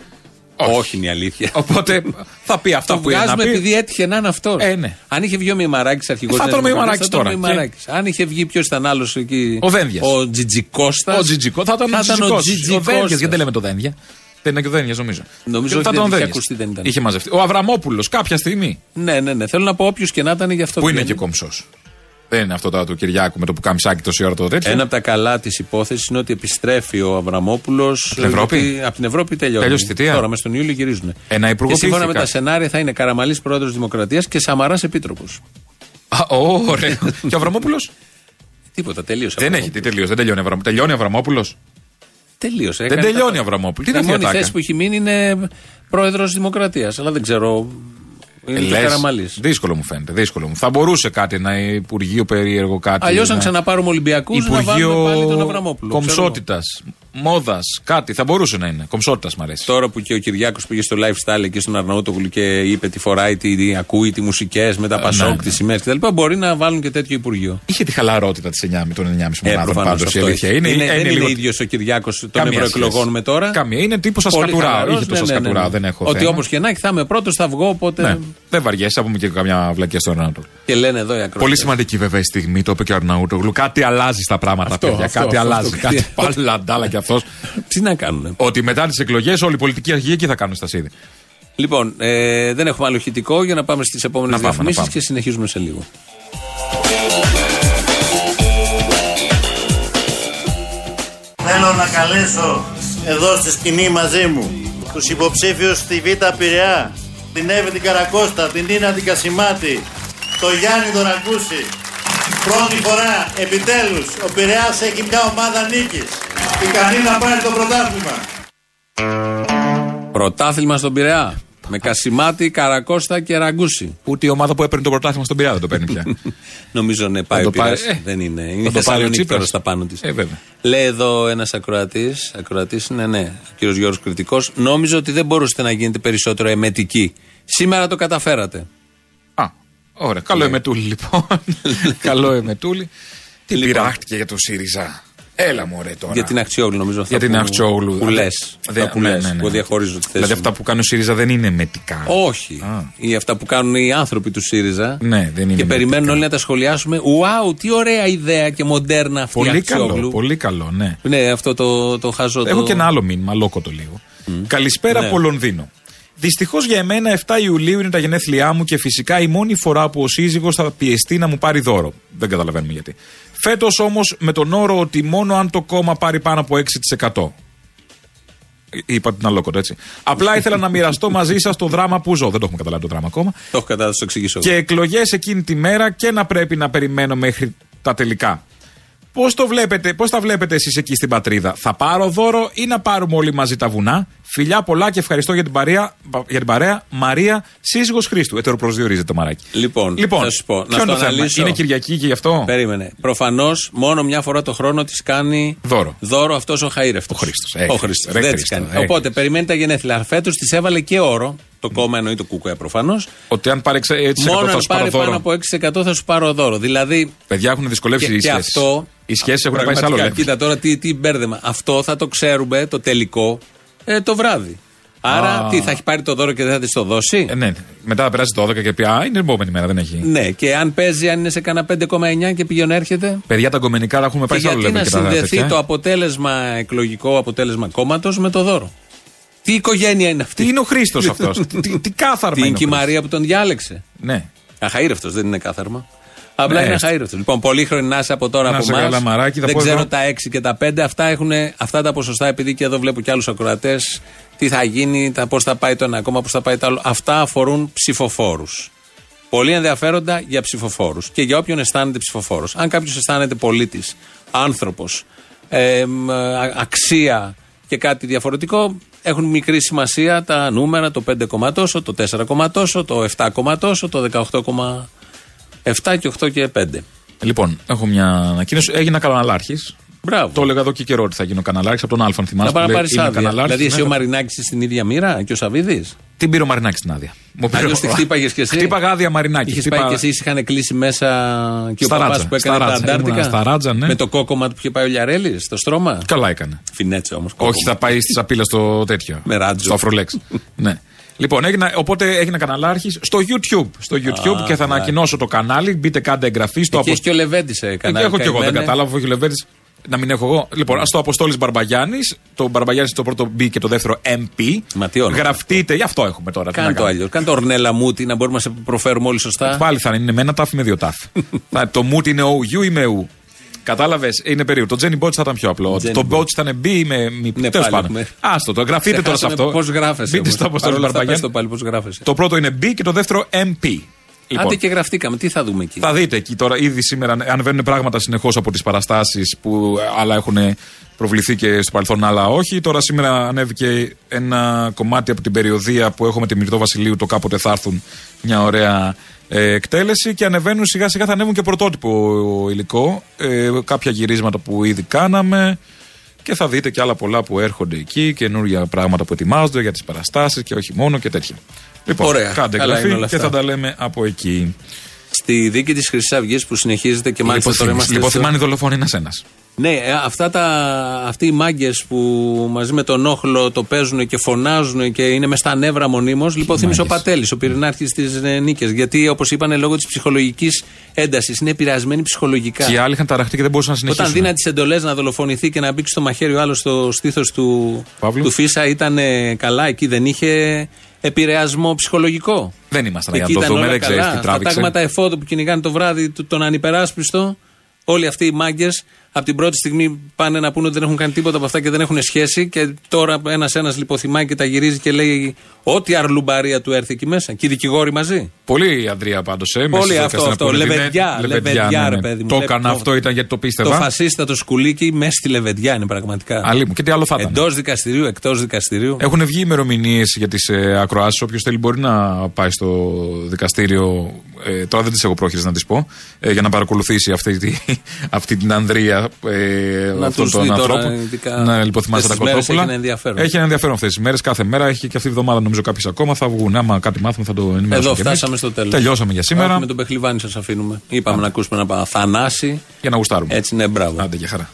Speaker 5: Όχι.
Speaker 4: είναι η αλήθεια.
Speaker 5: Οπότε θα πει αυτά
Speaker 4: Το
Speaker 5: που είναι να
Speaker 4: βγάζουμε
Speaker 5: πει.
Speaker 4: επειδή έτυχε να είναι αυτός.
Speaker 5: Ε, ναι. Ε,
Speaker 4: Αν είχε βγει ο Μημαράκης αρχηγός.
Speaker 5: Θα τον Μημαράκης τώρα. Και-
Speaker 4: Αν είχε βγει ποιος ήταν άλλος εκεί.
Speaker 5: Ο Δένδιας.
Speaker 4: Ο Τζιτζικώστας.
Speaker 5: Ο Τζιτζικό θα ήταν ο Τζιτζικός. Ο Δένδιας,
Speaker 4: Τζιτζικώστα.
Speaker 5: γιατί δεν λέμε το Δένδια. Δεν είναι και ο Δένδιας, νομίζω.
Speaker 4: Νομίζω
Speaker 5: Και
Speaker 4: ότι δεν
Speaker 5: θα ήταν ο
Speaker 4: είχε
Speaker 5: Δένδιας.
Speaker 4: ακουστεί, δεν ήταν.
Speaker 5: Είχε μαζευτεί. Ο Αβραμόπουλος κάποια στιγμή.
Speaker 4: Ναι, ναι, ναι. Θέλω να πω όποιος και να ήταν γι' αυτό.
Speaker 5: Που είναι
Speaker 4: βγαίνει.
Speaker 5: και κομψός. Δεν είναι αυτό τώρα του Κυριάκου με το που καμισάκι τόση ώρα το τέτοιο.
Speaker 4: Ένα από τα καλά της υπόθεσης είναι ότι επιστρέφει ο Αβραμόπουλος.
Speaker 5: την Ευρώπη?
Speaker 4: Από την Ευρώπη τελειώνει.
Speaker 5: Τελειώσει η θητεία.
Speaker 4: Τώρα, μες στον Ιούλιο γυρίζουν.
Speaker 5: Ένα
Speaker 4: Και σύμφωνα με
Speaker 5: υπουργοποιήθηκα.
Speaker 4: τα σενάρια θα είναι Καραμαλής πρόεδρος Δημοκρατίας και Σαμαράς επίτροπος.
Speaker 5: Α, ω, ωραίο.
Speaker 4: *laughs*
Speaker 5: και ο Αβραμόπουλος.
Speaker 4: Τίποτα, τελείωσε.
Speaker 5: δεν έχει, τι τελείωσε. Δεν τελειώνει ο Αβραμόπουλος. Τελειώνει ο Αβραμόπουλος.
Speaker 4: Τελείωσε.
Speaker 5: Δεν
Speaker 4: έκανε
Speaker 5: τελειώνει
Speaker 4: τα-
Speaker 5: ο Αβραμόπουλος. Τι είναι
Speaker 4: η
Speaker 5: αυτή η
Speaker 4: μόνη
Speaker 5: ατάκα.
Speaker 4: θέση που έχει μείνει είναι πρόεδρος Δημοκρατίας. Αλλά δεν ξέρω. Είναι
Speaker 5: Ε,
Speaker 4: και
Speaker 5: λες,
Speaker 4: Καραμαλής.
Speaker 5: Δύσκολο μου φαίνεται. Δύσκολο μου. Θα μπορούσε κάτι να υπουργείο περίεργο κάτι.
Speaker 4: Αλλιώς αν
Speaker 5: να-
Speaker 4: ξαναπάρουμε Ολυμπιακούς, να
Speaker 5: Υπουργείο
Speaker 4: βάλουμε πάλι τον Αβραμόπουλο.
Speaker 5: Κομψότητας. μόδας, κάτι. Θα μπορούσε να είναι. Κομψότητας μ' αρέσει.
Speaker 4: Τώρα που και ο Κυριάκος πήγε στο lifestyle και στον Αρναούτογλου και είπε τι φοράει, τι ακούει, τι μουσικές με τα πασόκ,
Speaker 5: ναι, ναι.
Speaker 4: τις σημαίες κτλ. Μπορεί να βάλουν και τέτοιο υπουργείο.
Speaker 5: Είχε τη χαλαρότητα της 9, των 9,5
Speaker 4: Ε,
Speaker 5: μονάδων
Speaker 4: προφανώς
Speaker 5: πάντως, η
Speaker 4: αυτό
Speaker 5: αλήθεια.
Speaker 4: έχει.
Speaker 5: Είναι,
Speaker 4: Είναι- δεν είναι
Speaker 5: λίγο-
Speaker 4: ίδιος ο Κυριάκος των
Speaker 5: Καμία
Speaker 4: ευρωεκλογών
Speaker 5: σχέση.
Speaker 4: με τώρα. Ναι,
Speaker 5: Καμία. Είναι τύπος Ασκατουρά. Είχε το Ασκατουρά, δεν έχω
Speaker 4: Ότι
Speaker 5: θέμα.
Speaker 4: όπως και να έχει, θα είμαι πρώτος, θα βγω, οπότε.
Speaker 5: Ναι. Δεν βαριέσαι, θα πούμε και καμιά βλακία στον Ρόναλντ.
Speaker 4: Και λένε εδώ οι ακροατές.
Speaker 5: Πολύ σημαντική βέβαια η στιγμή, το είπε και ο Αρναούτογλου. Κάτι αλλάζει στα πράγματα,
Speaker 4: Αυτό,
Speaker 5: παιδιά.
Speaker 4: αυτό,
Speaker 5: κάτι
Speaker 4: αυτό,
Speaker 5: αλλάζει.
Speaker 4: αυτό,
Speaker 5: κάτι
Speaker 4: κάτι-
Speaker 5: πάλι λαντάλα κι αυτός.
Speaker 4: Τι να κάνουν.
Speaker 5: Ότι μετά τις εκλογές όλη η πολιτική αρχή εκεί θα κάνουν στασίδι.
Speaker 4: Λοιπόν, ε, δεν έχουμε άλλο χητικό για να πάμε στις επόμενες
Speaker 5: Να πάμε, να
Speaker 4: διαφημίσεις
Speaker 5: πάμε.
Speaker 4: και συνεχίζουμε σε λίγο.
Speaker 2: Θέλω να καλέσω εδώ στη σκηνή μαζί μου τους υποψήφιους στη Β' Πειραιά, την Εύη την Καρακώστα, την Νίνα την Κασιμάτη, το Γιάννη τον Ακούση. Πρώτη φορά, επιτέλους, ο Πειραιάς έχει μια ομάδα νίκης. Ικανή να πάρει το πρωτάθλημα.
Speaker 4: Πρωτάθλημα στον Πειραιά. Με Κασιμάτη, Καρακώστα και Ραγκούση. *laughs*
Speaker 5: Ούτε η ομάδα που έπαιρνε το πρωτάθλημα στον Πειραιά δεν το παίρνει πια.
Speaker 4: Νομίζω ναι, πάει
Speaker 5: το
Speaker 4: ο Πειραιάς.
Speaker 5: πάρει, ε,
Speaker 4: δεν είναι.
Speaker 5: θα
Speaker 4: Είναι η
Speaker 5: το πάρει ο
Speaker 4: Θεσσαλονίκη
Speaker 5: Τσίπρας.
Speaker 4: τώρα στα πάνω της.
Speaker 5: Ε, βέβαια.
Speaker 4: Λέει εδώ ένας ακροατής, ακροατής είναι ναι, ο κύριος Γιώργος Κρητικό, νόμιζε ότι δεν μπορούσατε να γίνετε περισσότερο εμετικοί. Σήμερα το καταφέρατε.
Speaker 5: Ωραία. Καλό
Speaker 4: Ναι.
Speaker 5: εμετούλη
Speaker 4: *laughs*
Speaker 5: λοιπόν. Καλό εμετούλη. Τι
Speaker 4: Λοιπόν.
Speaker 5: πειράχτηκε για το ΣΥΡΙΖΑ. Έλα μωρέ τώρα.
Speaker 4: Για την Αχτσιόγλου, νομίζω. αυτά
Speaker 5: Για την
Speaker 4: που-
Speaker 5: Αχτσόγλου.
Speaker 4: Που λες.
Speaker 5: Δε-
Speaker 4: Αυτά που
Speaker 5: ναι,
Speaker 4: λες,
Speaker 5: ναι, ναι.
Speaker 4: που διαχωρίζω τη θέση.
Speaker 5: Δηλαδή
Speaker 4: μου.
Speaker 5: αυτά που κάνει ο ΣΥΡΙΖΑ δεν είναι μετικά.
Speaker 4: Όχι. Ή αυτά που κάνουν οι άνθρωποι του ΣΥΡΙΖΑ.
Speaker 5: Ναι, δεν είναι
Speaker 4: Και περιμένουν
Speaker 5: μετικά.
Speaker 4: όλοι να τα σχολιάσουμε. Ουάου, τι ωραία ιδέα και μοντέρνα αυτή η
Speaker 5: Πολύ καλό,
Speaker 4: Αχτσιόγλου.
Speaker 5: πολύ καλό, ναι.
Speaker 4: Ναι, αυτό το, το χαζό.
Speaker 5: Έχω
Speaker 4: το...
Speaker 5: και ένα άλλο μήνυμα, λόκο το λίγο. Καλησπέρα
Speaker 4: Ναι.
Speaker 5: από Λονδίνο. Δυστυχώς για εμένα, 7 Ιουλίου είναι τα γενέθλιά μου και φυσικά η μόνη φορά που ο σύζυγος θα πιεστεί να μου πάρει δώρο. Δεν καταλαβαίνουμε γιατί. Φέτος όμως με τον όρο ότι μόνο αν το κόμμα πάρει πάνω από 6%. Ε, Είπα την αλόκοτο, έτσι. Απλά ήθελα να μοιραστώ μαζί σας το δράμα που ζω. Δεν το έχουμε καταλάβει το δράμα ακόμα.
Speaker 4: Το έχω κατά, θα σου εξηγήσω.
Speaker 5: Και εκλογές εκείνη τη μέρα και να πρέπει να περιμένω μέχρι τα τελικά. Πώς το βλέπετε, πώς τα βλέπετε εσείς εκεί στην πατρίδα, Θα πάρω δώρο ή να πάρουμε όλοι μαζί τα βουνά. Φιλιά πολλά και ευχαριστώ για την παρέα, για την παρέα Μαρία, σύζυγος Χρήστου. Ετεροπροσδιορίζεται το μαράκι.
Speaker 4: Λοιπόν,
Speaker 5: Λοιπόν,
Speaker 4: θα σου πω.
Speaker 5: ποιο
Speaker 4: Να το
Speaker 5: είναι το θέμα,
Speaker 4: αναλύσω.
Speaker 5: είναι Κυριακή και γι' αυτό.
Speaker 4: Περίμενε. Προφανώς μόνο μια φορά το χρόνο της κάνει
Speaker 5: Δώρο.
Speaker 4: δώρο αυτός ο Χαήρευτο. Ο
Speaker 5: Χρήστος, ε,
Speaker 4: Χρήστος.
Speaker 5: Χρήστος, ρε
Speaker 4: Δεν της
Speaker 5: Χρήστο,
Speaker 4: κάνει.
Speaker 5: ε,
Speaker 4: Οπότε περιμένει τα γενέθλια. Φέτος της έβαλε και όρο. Το κόμμα εννοεί το κουκουέ προφανώς.
Speaker 5: Ότι αν πάρει 6%
Speaker 4: Μόνο
Speaker 5: θα
Speaker 4: αν
Speaker 5: σου πάρω
Speaker 4: πάρει πάνω
Speaker 5: δώρο.
Speaker 4: από 6% θα σου πάρω δώρο. Δηλαδή
Speaker 5: Παιδιά έχουν δυσκολεύσει
Speaker 4: και,
Speaker 5: οι
Speaker 4: και
Speaker 5: σχέσεις.
Speaker 4: αυτό.
Speaker 5: Οι σχέσεις έχουν πάει σε άλλο
Speaker 4: πραγματικά,
Speaker 5: level.
Speaker 4: Κοίτα τώρα τι, τι μπέρδεμα. Αυτό θα το ξέρουμε το τελικό ε, το βράδυ. Άρα
Speaker 5: Α.
Speaker 4: τι, θα έχει πάρει το δώρο και δεν θα της το δώσει.
Speaker 5: Ε, ναι, μετά θα περάσει το 12 και πει Α, είναι η επόμενη μέρα, δεν έχει.
Speaker 4: Ναι, και αν παίζει, αν είναι σε κανένα 5,9 και πηγαίνει έρχεται.
Speaker 5: Παιδιά τα γκομενικά τα έχουμε
Speaker 4: Και
Speaker 5: πάει σε άλλο
Speaker 4: γιατί
Speaker 5: level
Speaker 4: να
Speaker 5: και τα τέτοια,
Speaker 4: συνδεθεί
Speaker 5: ε.
Speaker 4: το αποτέλεσμα, εκλογικό αποτέλεσμα κόμματος με το δώρο. Τι οικογένεια είναι αυτή.
Speaker 5: Τι είναι ο Χρήστος αυτός.
Speaker 4: *laughs*
Speaker 5: τι, τι κάθαρμα
Speaker 4: Τι είναι
Speaker 5: είναι.
Speaker 4: και η
Speaker 5: ο Χρήστος.
Speaker 4: Μαρία που τον διάλεξε.
Speaker 5: Ναι.
Speaker 4: Αχαήρευτο, δεν είναι κάθαρμα. Απλά
Speaker 5: Ναι,
Speaker 4: είναι
Speaker 5: έστω.
Speaker 4: αχαήρευτο. Λοιπόν, πολύχρονοι να είσαι από τώρα
Speaker 5: Να
Speaker 4: από
Speaker 5: σε
Speaker 4: εμάς.
Speaker 5: καλά, μαράκι, θα
Speaker 4: Δεν
Speaker 5: πω
Speaker 4: ξέρω
Speaker 5: εδώ.
Speaker 4: τα 6 και τα 5. Αυτά, έχουν, αυτά τα ποσοστά, επειδή και εδώ βλέπω και άλλους ακροατές, τι θα γίνει, τα, πώς θα πάει το ένα κόμμα, πώς θα πάει το άλλο. Αυτά αφορούν ψηφοφόρους. Πολύ ενδιαφέροντα για ψηφοφόρους και για όποιον αισθάνεται ψηφοφόρος. Αν κάποιος αισθάνεται πολίτης, άνθρωπος, ε, μ, α- αξία και κάτι διαφορετικό, έχουν μικρή σημασία τα νούμερα, το 5 κομματόσο, το 4 κομματόσο, το 7 κομματόσο, το 18 κομμα- 7 και 8 και 5.
Speaker 5: Λοιπόν, έχω μια ανακοίνωση. Έγινα καναλάρχης.
Speaker 4: Μπράβο.
Speaker 5: Το έλεγα εδώ και καιρό ότι θα γίνω καναλάρχης από τον Αλφα, αν θυμάσαι.
Speaker 4: Να πάει
Speaker 5: που
Speaker 4: να
Speaker 5: λέει,
Speaker 4: πάρει
Speaker 5: είμαι
Speaker 4: άδεια.
Speaker 5: καναλάρχης.
Speaker 4: Δηλαδή, εσύ
Speaker 5: Ναι,
Speaker 4: ο
Speaker 5: θα-
Speaker 4: Μαρινάκη στην ίδια μοίρα και ο Σαββίδης.
Speaker 5: Την πήρε ο Μαρινάκης την άδεια. Μου πήρε
Speaker 4: Αλλιώς
Speaker 5: ο-
Speaker 4: τη χτύπαγες και εσύ.
Speaker 5: Χτύπαγα άδεια Μαρινάκη.
Speaker 4: Είχες
Speaker 5: Χτύπα-
Speaker 4: πάει και εσύ, είχαν κλείσει μέσα και ο
Speaker 5: Στα
Speaker 4: παπάς
Speaker 5: ράτσα,
Speaker 4: που
Speaker 5: στα
Speaker 4: έκανε τα
Speaker 5: ράτσα.
Speaker 4: Αντάρτικα.
Speaker 5: Ήμουνα στα ράτσα, ναι.
Speaker 4: Με το κόκομα του που είχε πάει ο Λιαρέλης στο στρώμα.
Speaker 5: Καλά έκανε.
Speaker 4: Φινέτσε όμως.
Speaker 5: Όχι, θα πάει στη σαπίλα στο τέτοιο.
Speaker 4: Με ράτζο.
Speaker 5: Στο Αφρολέξ. ναι. Λοιπόν, έγινα, οπότε έγινα καναλάρχη στο YouTube. Στο YouTube
Speaker 4: Α,
Speaker 5: και θα
Speaker 4: ναι.
Speaker 5: ανακοινώσω το κανάλι. Μπείτε, κάντε εγγραφή στο
Speaker 4: Και έχει
Speaker 5: αποστ-
Speaker 4: και ο Λεβέντης σε
Speaker 5: Εκεί
Speaker 4: κανένα.
Speaker 5: έχω και εγώ, δεν
Speaker 4: καημένε.
Speaker 5: κατάλαβα. Όχι, ο Λεβέρης, Να μην έχω εγώ. Λοιπόν, στο Αποστόλης Μπαρμπαγιάννης, το Μπαρμπαγιάννης το πρώτο B και το δεύτερο MP.
Speaker 4: Μα τι όνομα.
Speaker 5: Γραφτείτε, γι' αυτό έχουμε τώρα. τι να
Speaker 4: Κάνε το
Speaker 5: κάνουμε.
Speaker 4: αλλιώ. Κάνε το ορνέλα μούτι να μπορούμε να σε προφέρουμε όλοι σωστά.
Speaker 5: Πάλι θα είναι με ένα τάφι με δύο
Speaker 4: *laughs*
Speaker 5: τάφι. θα, το μουτ είναι ο U ή με U. Κατάλαβες, είναι περίεργο. Το Jenny Botch θα ήταν πιο απλό.
Speaker 4: Jenny
Speaker 5: το Botch θα είναι B ή με μη.
Speaker 4: Ναι,
Speaker 5: Τέλος
Speaker 4: πάλι
Speaker 5: πάντων.
Speaker 4: έχουμε.
Speaker 5: Άστο το, γραφτείτε τώρα σε αυτό.
Speaker 4: Πώς γράφεσαι.
Speaker 5: Μπείτε
Speaker 4: όμως.
Speaker 5: στο Αποστόλη
Speaker 4: Παρόλα αυτά, πες
Speaker 5: Μπαρμπαγιάννη.
Speaker 4: το πάλι πώς γράφεσαι.
Speaker 5: Το πρώτο είναι B και το δεύτερο Λοιπόν, MP.
Speaker 4: Άντε και γραφτήκαμε. Τι θα δούμε εκεί.
Speaker 5: Θα δείτε εκεί τώρα, ήδη σήμερα ανεβαίνουν πράγματα συνεχώς από τις παραστάσεις που ε, άλλα έχουν προβληθεί και στο παρελθόν, άλλα όχι. Τώρα σήμερα ανέβηκε ένα κομμάτι από την περιοδία που έχουμε τη Μυρτό Βασιλείου, το κάποτε θα έρθουν μια ωραία ε, εκτέλεση και ανεβαίνουν σιγά σιγά θα ανέβουν και πρωτότυπο υλικό. Ε, κάποια γυρίσματα που ήδη κάναμε Και θα δείτε και άλλα πολλά που έρχονται εκεί, καινούργια πράγματα που ετοιμάζονται για τις παραστάσεις και όχι μόνο και τέτοια. Λοιπόν,
Speaker 4: Ωραία.
Speaker 5: κάντε
Speaker 4: Καλά είναι όλα
Speaker 5: εγγραφή και
Speaker 4: αυτά.
Speaker 5: θα τα λέμε από εκεί.
Speaker 4: Στη δίκη της Χρυσής Αυγής που συνεχίζεται
Speaker 5: Λοιπόν,
Speaker 4: και μάλιστα τώρα
Speaker 5: Λιποθυμ-
Speaker 4: είμαστε.
Speaker 5: Λιποθυμάνη
Speaker 4: στο-
Speaker 5: δολοφόνη είναι ένα.
Speaker 4: Ναι, ε, αυτά τα, αυτοί οι μάγκες που μαζί με τον Όχλο το παίζουν και φωνάζουν και είναι μες στα νεύρα μονίμως. Λοιπόν, θύμισε ο Πατέλης, ο πυρηνάρχης της Νίκη. Γιατί, όπως είπανε, λόγω της ψυχολογικής έντασης είναι επηρεασμένοι ψυχολογικά.
Speaker 5: Και οι άλλοι είχαν ταραχτεί και δεν μπορούσαν να συνεχίσουν.
Speaker 4: Όταν δίνα τις εντολές να δολοφονηθεί και να μπήξει στο μαχαίρι ο άλλος στο στήθος του,
Speaker 5: Παύλου.
Speaker 4: του Φίσα ήταν ε, καλά εκεί, δεν είχε επηρεασμό ψυχολογικό.
Speaker 5: Δεν ήμασταν για
Speaker 4: Εκεί
Speaker 5: να το
Speaker 4: ήταν
Speaker 5: δούμε,
Speaker 4: όλα
Speaker 5: δεν ξέρει
Speaker 4: καλά.
Speaker 5: τι
Speaker 4: Στα
Speaker 5: τράβηξε.
Speaker 4: τάγματα εφόδου που κυνηγάνε το βράδυ του- τον ανυπεράσπιστο, όλοι αυτοί οι μάγκες από την πρώτη στιγμή πάνε να πούνε ότι δεν έχουν κάνει τίποτα από αυτά και δεν έχουν σχέση. Και τώρα ένα-ένα λιποθυμάει και τα γυρίζει και λέει ό,τι αρλουμπαρία του έρθει εκεί μέσα. Και οι δικηγόροι μαζί.
Speaker 5: Πολύ Ανδρία πάντως. Ε, μέσα
Speaker 4: Πολύ
Speaker 5: στο
Speaker 4: αυτό,
Speaker 5: Κασταναπολίτη.
Speaker 4: αυτό.
Speaker 5: Ναι,
Speaker 4: Λεβεντιά, λεβεντιά,
Speaker 5: ναι,
Speaker 4: ρε
Speaker 5: ναι.
Speaker 4: παιδί μου.
Speaker 5: Το
Speaker 4: Λε-
Speaker 5: έκανα αυτό ήταν γιατί το
Speaker 4: Το
Speaker 5: πίστευα.
Speaker 4: φασίστατο σκουλίκι μέσα στη λεβεντιά είναι πραγματικά.
Speaker 5: Αλλή μου. Και τι άλλο θα ήταν.
Speaker 4: Εντός δικαστηρίου, εκτός δικαστηρίου.
Speaker 5: Έχουν βγει ημερομηνίες για τις ε, ακροάσεις. Όποιος θέλει μπορεί να πάει στο δικαστήριο. Ε, τώρα δεν τις έχω πρόχειρες να τις πω. Ε, για να παρακολουθήσει αυτή, τη, *laughs* αυτή την Ανδρία ε,
Speaker 4: Να
Speaker 5: αυτών
Speaker 4: τους
Speaker 5: των
Speaker 4: δει τώρα,
Speaker 5: ανθρώπων.
Speaker 4: ειδικά
Speaker 5: να υποθυμάστε τα
Speaker 4: αυτές τις μέρες έχει
Speaker 5: κοτόπουλα.
Speaker 4: ένα ενδιαφέρον.
Speaker 5: Έχει ένα ενδιαφέρον αυτές τις μέρες. Κάθε μέρα έχει και αυτή η εβδομάδα νομίζω κάποιες ακόμα. Θα βγουν. Άμα κάτι μάθουμε θα το ενημερώσουμε.
Speaker 4: Εδώ
Speaker 5: κι εμείς.
Speaker 4: φτάσαμε στο τέλος.
Speaker 5: Τελειώσαμε για σήμερα.
Speaker 4: Με τον Πεχλιβάνη σας αφήνουμε. Είπαμε να ακούσουμε ένα θανάση.
Speaker 5: Για να γουστάρουμε.
Speaker 4: Έτσι είναι, μπράβο.
Speaker 5: Άντε για χαρά.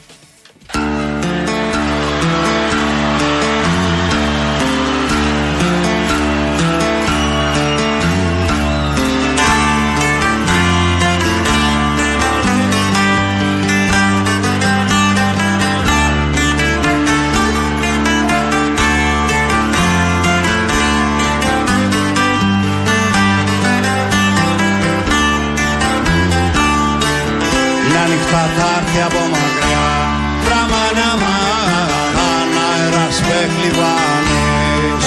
Speaker 2: Είναι ανοιχτά θα έρθει από μακριά Βραμμένα μαγαλάν αέρας με χλιβάνεις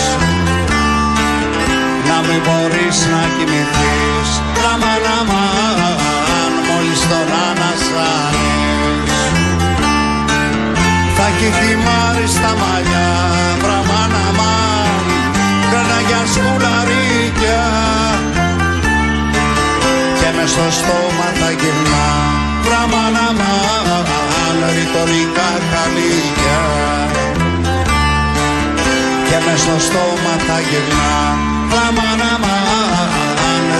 Speaker 2: Να μην μπορείς να κοιμηθείς Βραμμένα μαγαλάν μόλις τον ανασάνεις Θα έχει χυμάρι στα μαλλιά Βραμμένα μαν Κραναγιά σκουλαρίκια και με στο στόμα θα γυρνά Βραμάνα μαν ρητορικά χαλίκια και με στο στόμα θα γυρνά Βραμάνα μαν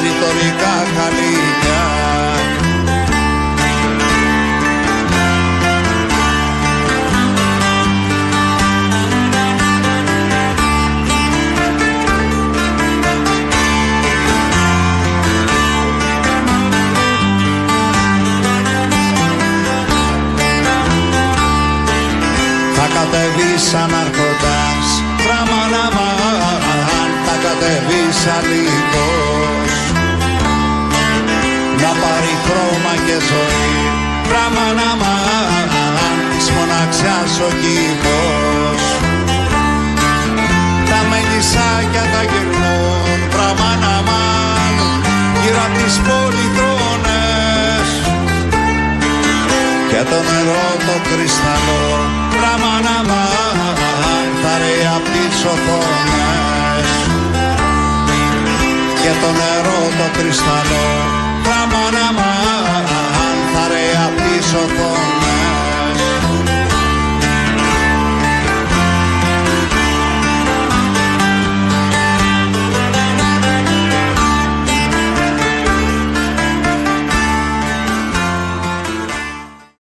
Speaker 2: ρητορικά χαλίκια θα κατεβεί σαν αρχοντάς Βραμάνα μαν θα κατεβεί σαν λιτός να πάρει χρώμα και ζωή Βραμάνα μαν της μοναξιάς ο κήπος τα μελισσάκια τα γυρνούν Βραμάνα μαν γύρω απ' τις πολυθρόνες και το νερό το κρυσταλλό Ραμάνα μαν θα ρέει απ' τις οθόνες Και το νερό το κρυσταλλό